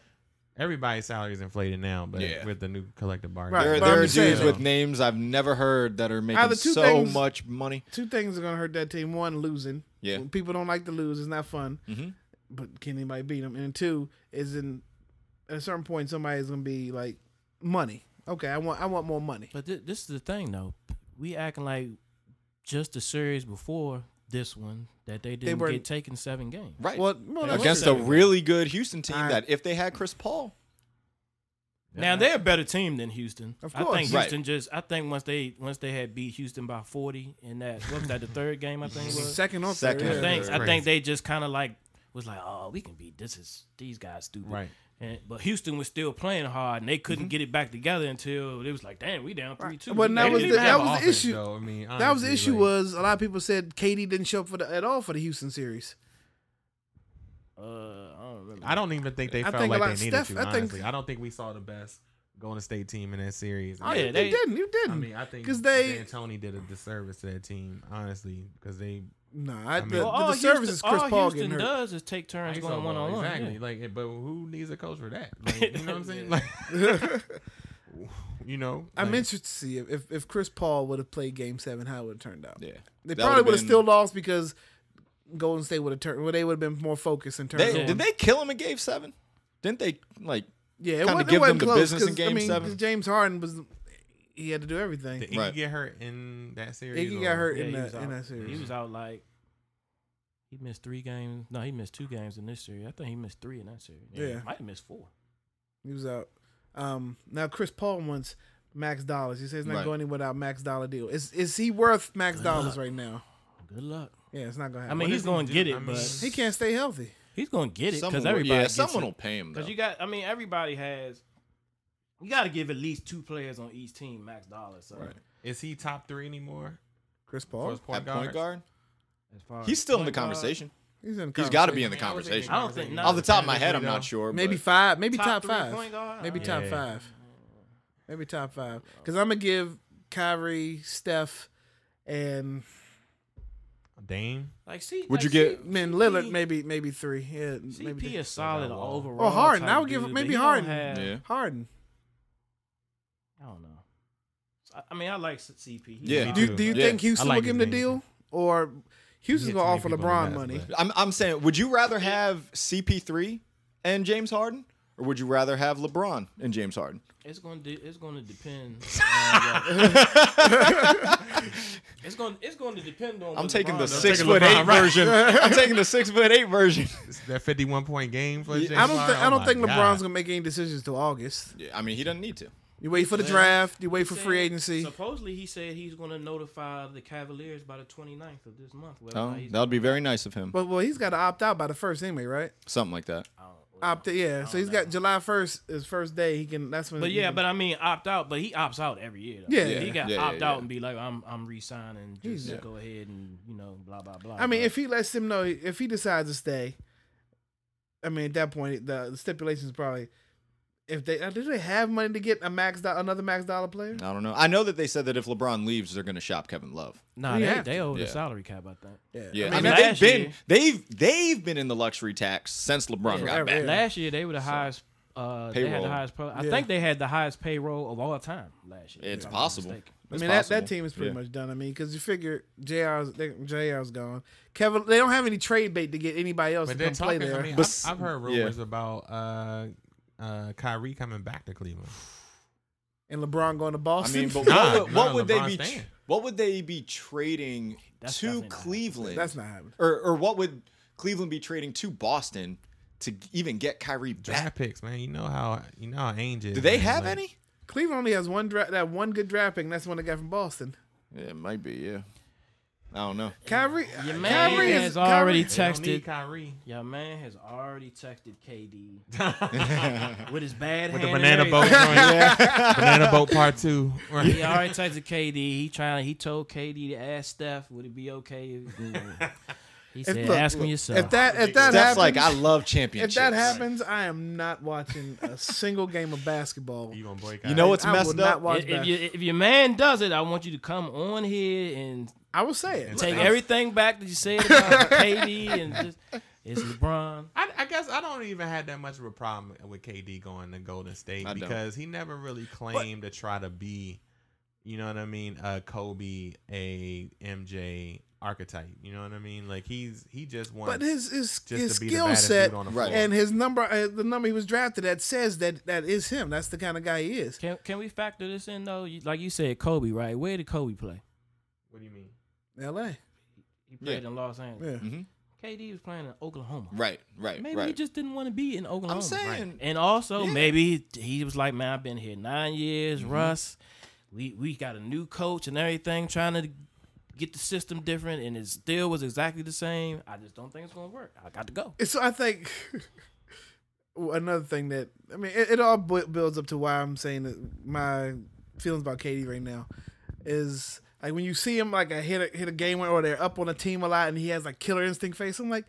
C: Everybody's salary is inflated now, but
B: Yeah.
C: with the new collective bargaining,
A: Right,
B: There, are-
A: but
B: there
A: I'm
B: are dudes
A: just saying,
B: with
A: though.
B: names I've never heard that are making
A: Either two
B: so
A: things-
B: much money.
A: Two things are gonna hurt that team. One, losing.
B: Yeah. Mm-hmm.
A: When people don't like to lose. It's not fun. But can anybody beat them? And two is in at a certain point somebody's gonna be like money. Okay, I want I want more money.
D: But thi- this is the thing, though. We acting like just the series before this one that they didn't
A: weren't-
D: get taken seven games.
B: Right.
A: Well, well, that's
B: Against
A: true.
B: a really good Houston team
A: I-
B: that if they had Chris Paul,
D: Now they're a better team than Houston.
A: Of
D: I
A: course.
D: think
B: Right.
D: Houston just. I think once they once they had beat Houston by forty in that what was that the third game I think it was.
A: second or third.
B: Second or
A: yeah.
D: I think I
C: Crazy.
D: think they just kind of like was like oh we can beat this is these guys stupid.
C: Right.
D: And, but Houston was still playing hard and they couldn't
A: Mm-hmm.
D: get it back together until it was like damn we down three two.
A: Well, that was the- that was the issue.
C: Though. I mean,
A: That was the
C: honestly,
A: issue.
C: like,
A: Was a lot of people said Katie didn't show up for the, at all for the Houston series.
D: uh, I don't remember.
C: I don't even think they
A: I
C: felt
A: think a
C: like
A: lot
C: they
A: of
C: needed
A: Steph-
C: to.
A: I think-
C: honestly, I don't think we saw the best Golden State team in that series.
A: Oh,
D: yeah,
A: you,
D: they-
A: you didn't. You didn't.
C: I mean, I think
A: 'Cause they-
C: D'Antoni did a disservice to that team, honestly, because they
A: nah, I,
C: mean-
A: the,
C: Well,
A: the,
D: all
A: service is Chris
D: all
A: Paul
D: Houston
A: getting hurt.
D: does is take turns
C: ISO
D: going one on
C: ball,
D: one.
C: Exactly. Like, but who needs a coach for that? Like, you know what I'm saying? *laughs* Like, you know,
A: *laughs* I'm
C: like,
A: interested to see if, if, if Chris Paul would have played Game Seven, how it would have turned out.
B: yeah,
A: They
B: That
A: probably
B: would've
A: would have
B: been-
A: still lost because Golden State would have turned. Well, they would have been more focused in terms.
B: They,
A: of,
B: Did they kill him in Game Seven? Didn't they like?
A: yeah, it
B: kinda
A: wasn't, it
B: give
A: wasn't
B: them the
A: close.
B: business in
A: 'cause, I
B: Game
A: mean,
B: Seven?
A: 'cause James Harden was he had to do everything.
C: did Iggy
B: Right.
C: get hurt in that series?
A: Iggy
C: or-
A: got hurt
D: Yeah,
A: in,
D: he
A: that,
D: was out.
A: in that
D: He
A: series.
D: was out like he missed three games. No, he missed two games in this series. I think he missed three in that series.
A: Yeah.
D: might have missed four.
A: He was out. Um, now Chris Paul wants Max Dollars. He says he's not
B: Right.
A: going anywhere without Max Dollar deal. Is is he worth Max Dollars right now?
D: Good luck.
A: Yeah, it's not gonna
D: I
A: happen.
D: mean, he's
C: does he
D: going to
C: do?
D: get it,
C: I mean-
D: but
A: he can't stay healthy.
D: he's going to get it
B: Someone,
D: because
B: will-
D: everybody.
B: yeah,
D: gets
B: someone
D: it.
B: will pay him. Though.
D: Because you got, I mean, everybody has. You got to give at least two players on each team max dollars. So
C: Is he top three anymore?
A: Chris
C: for
A: Paul,
C: his point
B: At point guard,
D: as far as
B: he's still in the
D: point guard,
B: conversation.
A: he's in. the
B: He's got to
A: conversation.
B: be in the
C: I was
B: conversation.
C: thinking-
D: I don't think.
C: Off
B: Off the top of my
C: Honestly,
B: head, I'm
C: though.
B: not sure.
A: Maybe
B: but-
A: five. Maybe top,
D: three
A: five.
D: point guard? uh,
A: Maybe
D: Yeah.
A: top
C: Yeah.
A: five. Maybe top five. Because I'm gonna give Kyrie, Steph, and
C: Dame.
D: Like, see,
B: Would
D: like,
B: you get-
D: see-
A: man
D: see
A: Lillard.
D: P-
A: Maybe maybe three. Yeah,
D: CP
A: maybe
D: is solid
C: Wall.
D: overall.
A: Or Harden.
D: type
A: I would give
D: dude,
A: it-
D: but
A: maybe
D: he don't
A: Harden.
D: have-
B: Yeah.
A: Harden.
D: I don't know. I- I mean, I like CP.
B: Yeah.
A: Do, you- do you
B: Yeah.
A: think Houston
D: I like
A: will give him the
D: his
A: deal, or Houston's
C: Yeah,
A: gonna
C: too many
A: offer
C: people
A: LeBron
C: don't ask,
A: money?
C: but-
B: I'm, I'm saying, would you rather have CP3 and James Harden, or would you rather have LeBron and James *laughs* Harden?
D: It's gonna de- it's gonna depend. on what- *laughs* it's gonna it's gonna depend on.
B: I'm
D: what
B: taking the
D: LeBron does.
B: six
C: taking
B: foot eight
C: LeBron, right.
B: version. I'm taking the six foot eight version.
C: *laughs* It's that 51 point game for James
A: I don't.
C: Harden?
A: Th- I
C: Oh
A: don't
C: my
A: think LeBron's
C: God.
A: gonna make any decisions till August.
B: Yeah, I mean, he doesn't need to.
A: You wait for the
D: Yeah.
A: draft. You wait for free
D: Saying-
A: agency.
D: Supposedly, he said he's gonna notify the Cavaliers by the 29th of this month. whether or
B: Oh,
D: not he's-
B: that would be very nice of him.
A: But well, he's got to opt out by the first anyway, right?
B: Something like that.
D: I don't-
A: Opt. Yeah. So he's got July first is first day. He can. That's when.
D: But
A: he
D: yeah,
A: can-
D: but I mean, opt out. But he opts out every year. Though.
A: Yeah.
D: he got
B: Yeah, yeah,
D: opt
B: yeah.
D: out and be like, I'm I'm resigning. Just
A: Yeah.
D: go ahead and you know, blah blah blah.
A: I mean,
D: But
A: if he lets him know, if he decides to stay, I mean, at that point, the, the stipulation is probably if they uh, do they have money to get a max do- another max dollar player.
B: I don't know. I know that they said that if LeBron leaves, they're going to shop Kevin Love.
D: nah,
A: we
D: they,
A: have
D: they owe
B: Yeah.
D: the salary cap. I think.
B: Yeah, I
A: mean,
B: mean,
D: that-
B: they've
D: last
B: been
D: year-
B: they've they've been in the luxury tax since LeBron
A: Yeah,
B: got back.
A: yeah.
D: Last year they were the highest. Uh, they had
B: Payroll.
D: the highest. Pro- I
A: Yeah.
D: think they had the highest payroll of all time last year.
B: It's
D: if I'm not
B: possible.
D: mistaken.
A: I
B: It's
A: mean that, that
B: possible.
A: team is pretty
B: Yeah.
A: much done. I mean, because you figure JR's they, JR's gone. Kevin, they don't have any trade bait to get anybody else
C: But
A: to
C: they're
A: come play
C: talking.
A: there.
C: I mean,
B: But-
C: I've, I've heard
B: yeah.
C: rumors about uh, uh, Kyrie coming back to Cleveland.
A: and LeBron going to
B: I
A: Boston.
B: mean,
A: *laughs*
B: but
C: Nah,
B: what would,
C: nah,
B: what would they
C: LeBron's
B: be?
C: staying.
B: What would they be trading
D: That's
B: to
D: definitely not-
B: Cleveland?
A: that's not happening.
B: or or what would Cleveland be trading to Boston to even get Kyrie
C: Draft
B: back?
C: picks, man. You know how you know how Ainge is.
B: Do they
C: man.
B: have
C: Like,
B: any?
A: Cleveland only has one draft, that one good draft pick, and that's the one they got from Boston.
B: Yeah, it might be. Yeah, I don't know.
A: Kyrie,
D: Your man
A: Kyrie
D: has
A: is Kyrie-
D: already
C: They don't need
D: texted.
C: Kyrie.
D: Your man has already texted
B: *laughs*
D: KD with his bad
C: with the
D: hand
C: banana
D: and
C: boat *laughs*
D: everything.
A: *laughs*
C: joint. banana boat part
D: *laughs*
C: two.
D: He already texted KD. He trying. He told KD to ask Steph, would it be okay? If, you know. He said,
A: look,
D: ask me yourself.
A: If that if that
B: That's
A: happens,
B: like I love championships.
A: if that happens, I am not watching
B: *laughs*
A: a single game of basketball.
C: You gonna boycott?
B: you know what's
A: I will
B: messed
A: not
B: up?
A: watch.
D: if, if you, if your man does it, I want you to come on here and
A: I will say it.
D: take
A: Look, I'm-
D: everything back that you said about KD and just it's LeBron.
C: I, I guess I don't even have that much of a problem with KD going to Golden State
B: I don't.
C: because he never really claimed to try to be, you know what I mean, a Kobe, a MJ archetype. You know what I mean? Like he's he just wants
A: But his his,
C: just
A: his
C: to be the
A: skill
C: baddest
A: set
C: dude on the
B: Right.
C: floor.
A: and his number, uh, the number he was drafted at, says that that is him. That's the kind of guy he is.
D: Can can we factor this in though? You- Like you said, Kobe, right? Where did Kobe play?
C: what do you mean?
A: L.A.
D: He played
B: Yeah.
D: in Los Angeles.
A: Yeah.
B: Mhm.
D: KD was playing in Oklahoma.
B: Right, right,
D: Maybe
B: right.
D: he just didn't want to be in Oklahoma.
B: I'm saying
D: And also,
B: Yeah. Mm-hmm.
D: maybe he, he was like, "Man, I've been here nine years, Russ. We we got a new coach and everything, trying to get the system different, and it still was exactly the same. I just don't think it's gonna work. I got to go.
A: So I think *laughs* another thing that I mean, it, it all bu- builds up to why I'm saying that my feelings about Katie right now is like when you see him like a hit a, hit a game winner or they're up on a team a lot and he has like killer instinct face. I'm like,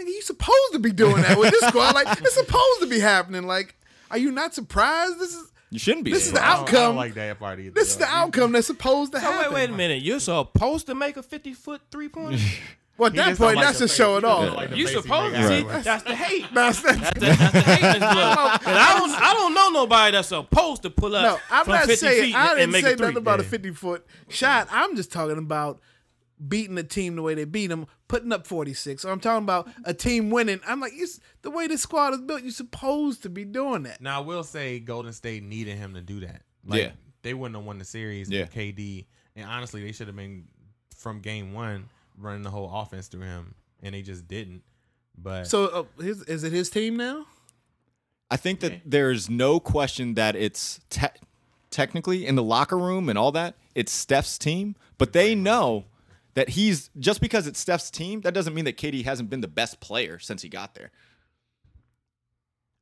A: nigga, you supposed to be doing that with this squad. Like it's supposed to be happening. Like, are you not surprised? This is
B: you shouldn't be.
A: this is the
B: surprised.
C: I don't, I don't
A: outcome.
C: like that part either.
A: this is the
C: though.
A: outcome that's supposed to
D: Oh,
A: happen.
D: wait, wait a minute. You're supposed to make a fifty foot
B: *laughs*
D: three pointer.
A: Well, at
C: He
A: that
C: just don't
A: point,
C: like
A: that's
C: the
A: just showing
C: face- he
A: off. *laughs*
C: don't like the
D: You
C: face he
D: supposed
C: make
D: to see.
C: out with.
D: That's the hate.
A: That's- that's-
D: That's, that's the hate. in this look. 'Cause I don't, I don't know nobody that's supposed to pull up. *laughs*
A: No, I'm
D: from
A: not
D: 50
A: saying
D: feet
A: I
D: and
A: didn't
D: make
A: say
D: a three.
A: nothing about a
D: Yeah.
A: 50 foot shot. I'm just talking about beating the team the way they beat them, putting up 46. So I'm talking about a team winning. I'm like, it's the way this squad is built. You're supposed to be doing that.
C: Now I will say Golden State needed him to do that. Like,
B: Yeah.
C: they wouldn't have won the series
B: Yeah.
C: with KD, and honestly, they should have been from game one running the whole offense through him, and they just didn't. But
A: So uh, his, is it his team now?
B: I think that there's no question that it's te- technically in the locker room and all that. It's Steph's team, but they know that he's just because it's Steph's team. That doesn't mean that KD hasn't been the best player since he got there.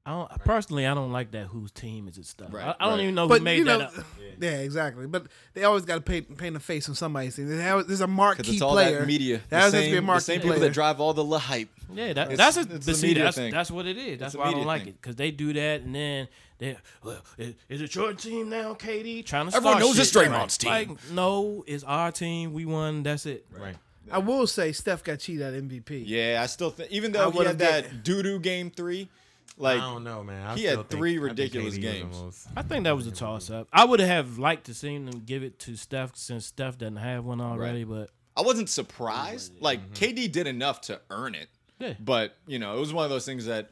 D: I don't, personally, I don't like that. Whose team is it stuff?
B: Right,
D: I, I don't
B: right.
D: even know who
A: But
D: Oh, made
A: you know,
D: that up.
A: *laughs* yeah. exactly. But they always got to paint paint a face on somebody's team. They have- There's a marquee
B: Because it's all
A: player.
B: that media.
A: That
B: the
A: has
B: same,
A: to be a
B: the
A: marquee
B: same
A: player.
B: people that drive all the la hype.
D: Yeah, that,
B: It's-
D: that's a,
B: it's
D: but
B: the
D: see,
B: media
D: that's,
B: thing.
D: that's what it is. That's
B: a
D: why I don't
B: media
D: like
B: thing.
D: it because they do that, and then they, well, is, is it your team now, KD? Trying to
B: Everyone
D: start
B: knows
D: shit.
B: it's Draymond's team.
D: Like, no, it's our team. We won. That's it.
C: right.
A: I will say Steph got cheated at MVP.
B: Yeah, I still think even
A: I
B: though he
A: would've
B: had that
A: did-
B: doo doo game three, Like
C: I don't know, man. I
B: he
C: still
B: had
C: think-
B: three
C: I think
B: ridiculous
C: KD was the
B: games.
C: most-
D: I think that was a toss up. I would have liked to seen them give it to Steph since Steph doesn't have one already, but
B: I wasn't
C: Mm-hmm.
B: surprised. Like KD did enough to earn it.
D: Yeah.
B: But, you know, it was one of those things that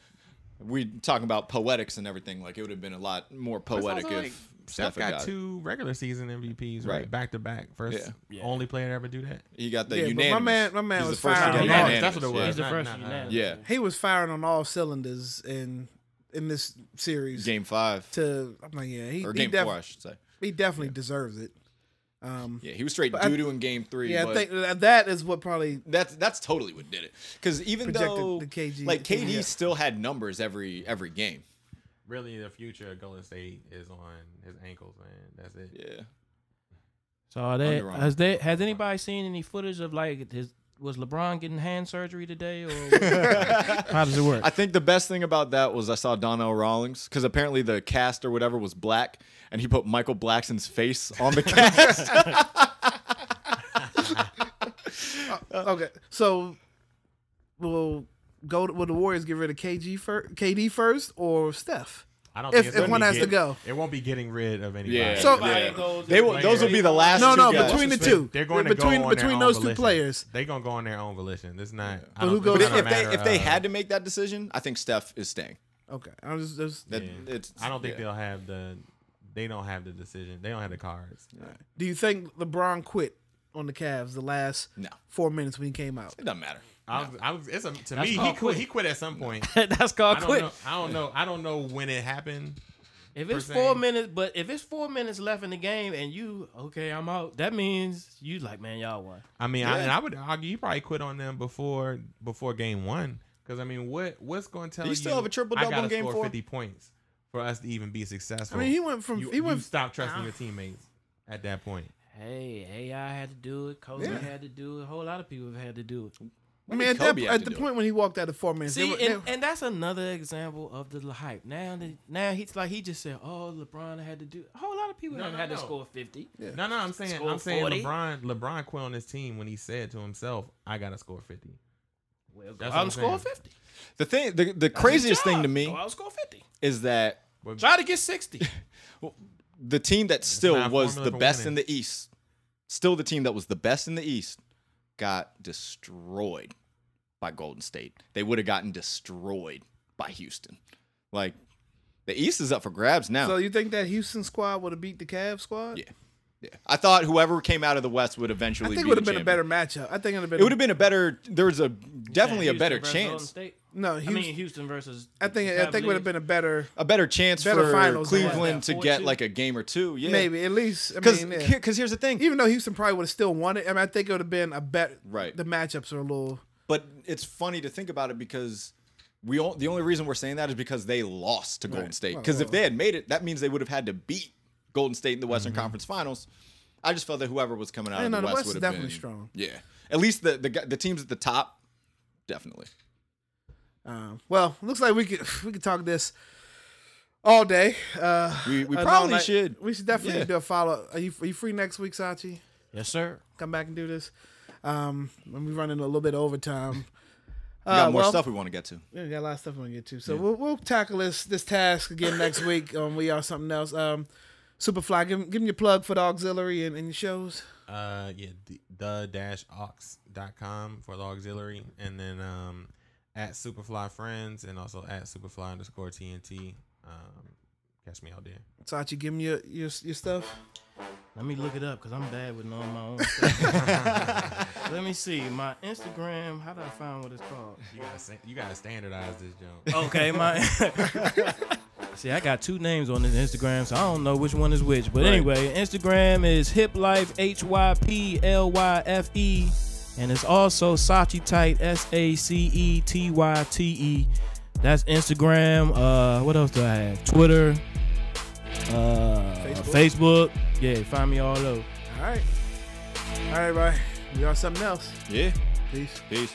B: we talking about poetics and everything. Like it would have been a lot more
C: It's
B: poetic
C: also, like,
B: if Steph
C: Steph got,
B: got it.
C: two regular season MVPs right
B: Right.
C: back to back. First
B: Yeah.
D: Yeah.
C: only player to ever do that.
B: He got the
A: Yeah, but my
B: unanimous.
A: man- my man
B: He's
A: was
B: the first to
A: firing
B: get
A: on
B: unanimous.
C: That's what it
D: he's
C: was.
D: the
C: Nah,
D: first
C: nah, nah.
D: unanimous.
B: Yeah.
A: He was firing on all cylinders in in this series.
B: Game five.
A: To I'm like, yeah, he
B: or
A: he
B: game
A: def-
B: four, I should say.
A: He definitely deserves it.
B: Yeah, he was straight
A: I-
B: doo doo in game three.
A: Yeah,
B: but
A: I think that- that is what probably
B: that's that's totally what did it. Because even
A: Projected
B: though
A: the KG
B: like
A: team,
B: KD
A: yeah.
B: still had numbers every every game.
C: Really, the future of Golden State is on his ankles, man. That's it.
B: Yeah.
D: So are they,
B: Under Armour.
D: has they has anybody seen any footage of like his was LeBron getting hand
C: *laughs*
D: surgery today or how does it work?
B: I think the best thing about that was I saw Donnell Rawlings because apparently the cast or whatever was black, and he put Michael Blackson's face on the *laughs* cast.
A: okay. So we'll go. To, will the Warriors get rid of KG fir- KD first or Steph?
C: I
A: If-
C: don't. think it's
A: if
C: gonna
A: one
C: be
A: has to
C: get-
A: go.
C: it won't be getting rid of anybody.
B: Yeah.
A: So-
B: they will, those will be the last.
A: No,
B: two
A: no,
B: guys.
A: between the
C: They-
A: two.
C: they're going to
A: between
C: go on
A: between
C: their
A: those
C: own
A: two
C: volition.
A: players.
C: They're gonna go on their own volition. It's not. I
A: But
C: don't
A: who
C: think
A: goes-
B: But
C: it's
A: Doesn't
B: if
C: gonna
B: they
C: matter,
B: if they
C: uh,
B: had to make that decision, I think Steph is staying.
A: Okay, I was just,
B: That
C: Yeah.
B: it's.
C: I don't think
B: yeah.
C: they'll have the. They don't have the decision. They don't have the cards.
A: do you think LeBron quit on the Cavs the last
B: No.
A: four minutes when he came out?
B: It doesn't matter.
C: I was, I was, it's a, to
D: That's
C: me, he
D: called
C: quit.
D: quit.
C: He quit at some point.
D: *laughs* That's called
C: I don't
D: quick.
C: know. I don't know. I don't know when it happened.
D: If it's
C: per
D: four
C: se.
D: minutes, but if it's four minutes left in the game and you okay, I'm out. That means you like man, y'all won.
C: I mean, I,
B: Yeah.
C: and I would argue you probably quit on them before before game one. Because I mean, what what's going to tell
B: you still have a triple-double
C: I gotta
B: in game
C: score
B: four?
C: Fifty points for us to even be successful.
A: I mean, he went from
C: you,
A: he went.
C: you stop trusting your teammates at that point.
D: Hey, hey, I had to do it. Kobe
A: Yeah.
D: had to do it. A whole lot of people have had to do it.
A: I mean, at that
B: Kobe had
A: at
B: to
A: the
B: do it.
A: point when he walked out of four minutes, they
D: See,
A: were- they
D: and,
A: were-
D: and that's another example of the hype. Now, the, now he's like he just said, "Oh, LeBron had to do." A whole lot of people
C: No,
D: have
C: no,
D: had
C: no.
D: to score fifty.
C: No, no, I'm saying
D: Score
C: I'm saying
D: 40?
C: LeBron LeBron quit on his team when he said to himself, "I gotta score 50.
D: Well, go
C: That's what
D: out
C: I'm
D: and
C: saying.
D: score fifty.
B: The thing, the, the craziest thing to me
D: Go out and Oh, score fifty.
B: is that
D: Try to get *laughs* sixty.
B: the team that still
C: not a
B: was
C: formula
B: the
C: for
B: best in
C: winning.
B: the East, still the team that was the best in the East, got destroyed by Golden State. They would have gotten destroyed by Houston. Like the East is up for grabs now.
A: so you think that Houston squad would have beat the Cavs squad?
B: yeah, yeah. I thought whoever came out of the West would
A: I
B: eventually.
A: think it
B: be
A: would
B: the
A: have been a
B: champion.
A: better matchup. I think it would have been.
B: It would have been a better. There was a definitely a better chance.
A: no.
D: I
A: Houston, I,
D: mean, Houston versus.
A: think I think it would have been a better
B: A better chance
A: Better
B: for
A: finals than what,
B: Cleveland
D: that
B: to get
D: 4-2?
B: like a game or two. Yeah,
A: maybe at least. I
B: Because
A: mean, yeah.
B: here's the thing.
A: even though Houston probably would have still won it, I mean, I think it would have been a bet.
B: Right.
A: The matchups are a little.
B: But it's funny to think about it because we all, the only reason we're saying that is because they lost to Golden State. Because if they had made it, that means they would have had to beat Golden State in the Western Conference Finals. I just felt that whoever was coming out
A: Mm-hmm. Yeah, no,
B: of the,
A: the
B: West,
A: West
B: would
A: is
B: have
A: definitely
B: been
A: strong.
B: Yeah, at least the, the gu- the teams at the top, definitely.
A: Um, well, looks like we could *sighs* we could talk this all day. Uh,
B: We, we
A: a long
B: probably
A: night.
B: should.
A: We should definitely
B: Yeah.
A: do a follow. Are you are you free next week, Sachi?
D: Yes, sir.
A: Come back and do this. Um, when we run into a little bit of overtime.
B: We got
A: Uh,
B: more
A: well,
B: stuff we want to get to.
A: Yeah, *laughs* we got a lot of stuff we want to get to. So we'll, we'll tackle this this task again *coughs* next week. Um, we are something else. Um, Superfly, give 'em- give 'em your plug for the auxiliary and, and your shows.
C: Uh, yeah, d- the dash ox.com for the auxiliary, and then um, at Superfly Friends, and also at Superfly underscore TNT. Um, catch me out there.
A: Sachi, give 'em your, your your stuff.
D: Let me look it up because I'm bad with knowing my own.
B: *laughs*
D: stuff. Let me see my Instagram. How do I find what it's called?
C: You gotta sa- you gotta standardize this jump.
D: Okay, my. *laughs* see, I got two names on this Instagram, so I don't know which one is which. But anyway, Instagram is Hip Life H Y P L Y F E, and it's also Sachi Tight S A C E T Y T E. That's Instagram. Uh, what else do I have? Twitter. Uh,
A: Facebook?
D: Facebook. Yeah, find me all over.
A: All right. All right, bye. We are something else.
B: Yeah.
A: Peace.
B: Peace.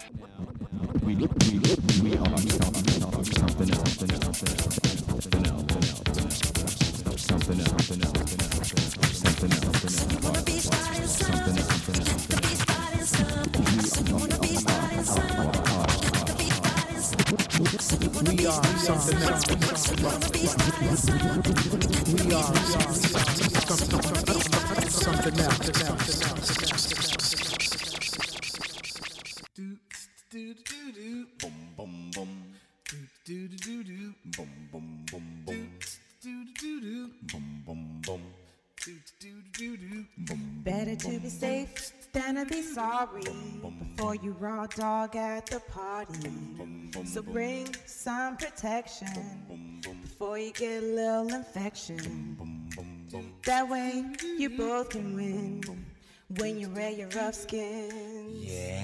E: wanna be starting something. Let the beat starting something. So you wanna be starting something. Let the beat starting something. So you wanna be
A: are something else. We are something else.
F: Better to be safe than to be sorry before you raw dog at the party. So bring some protection before you get a little infection. That way you both can win when you wear your rough skin. Yeah.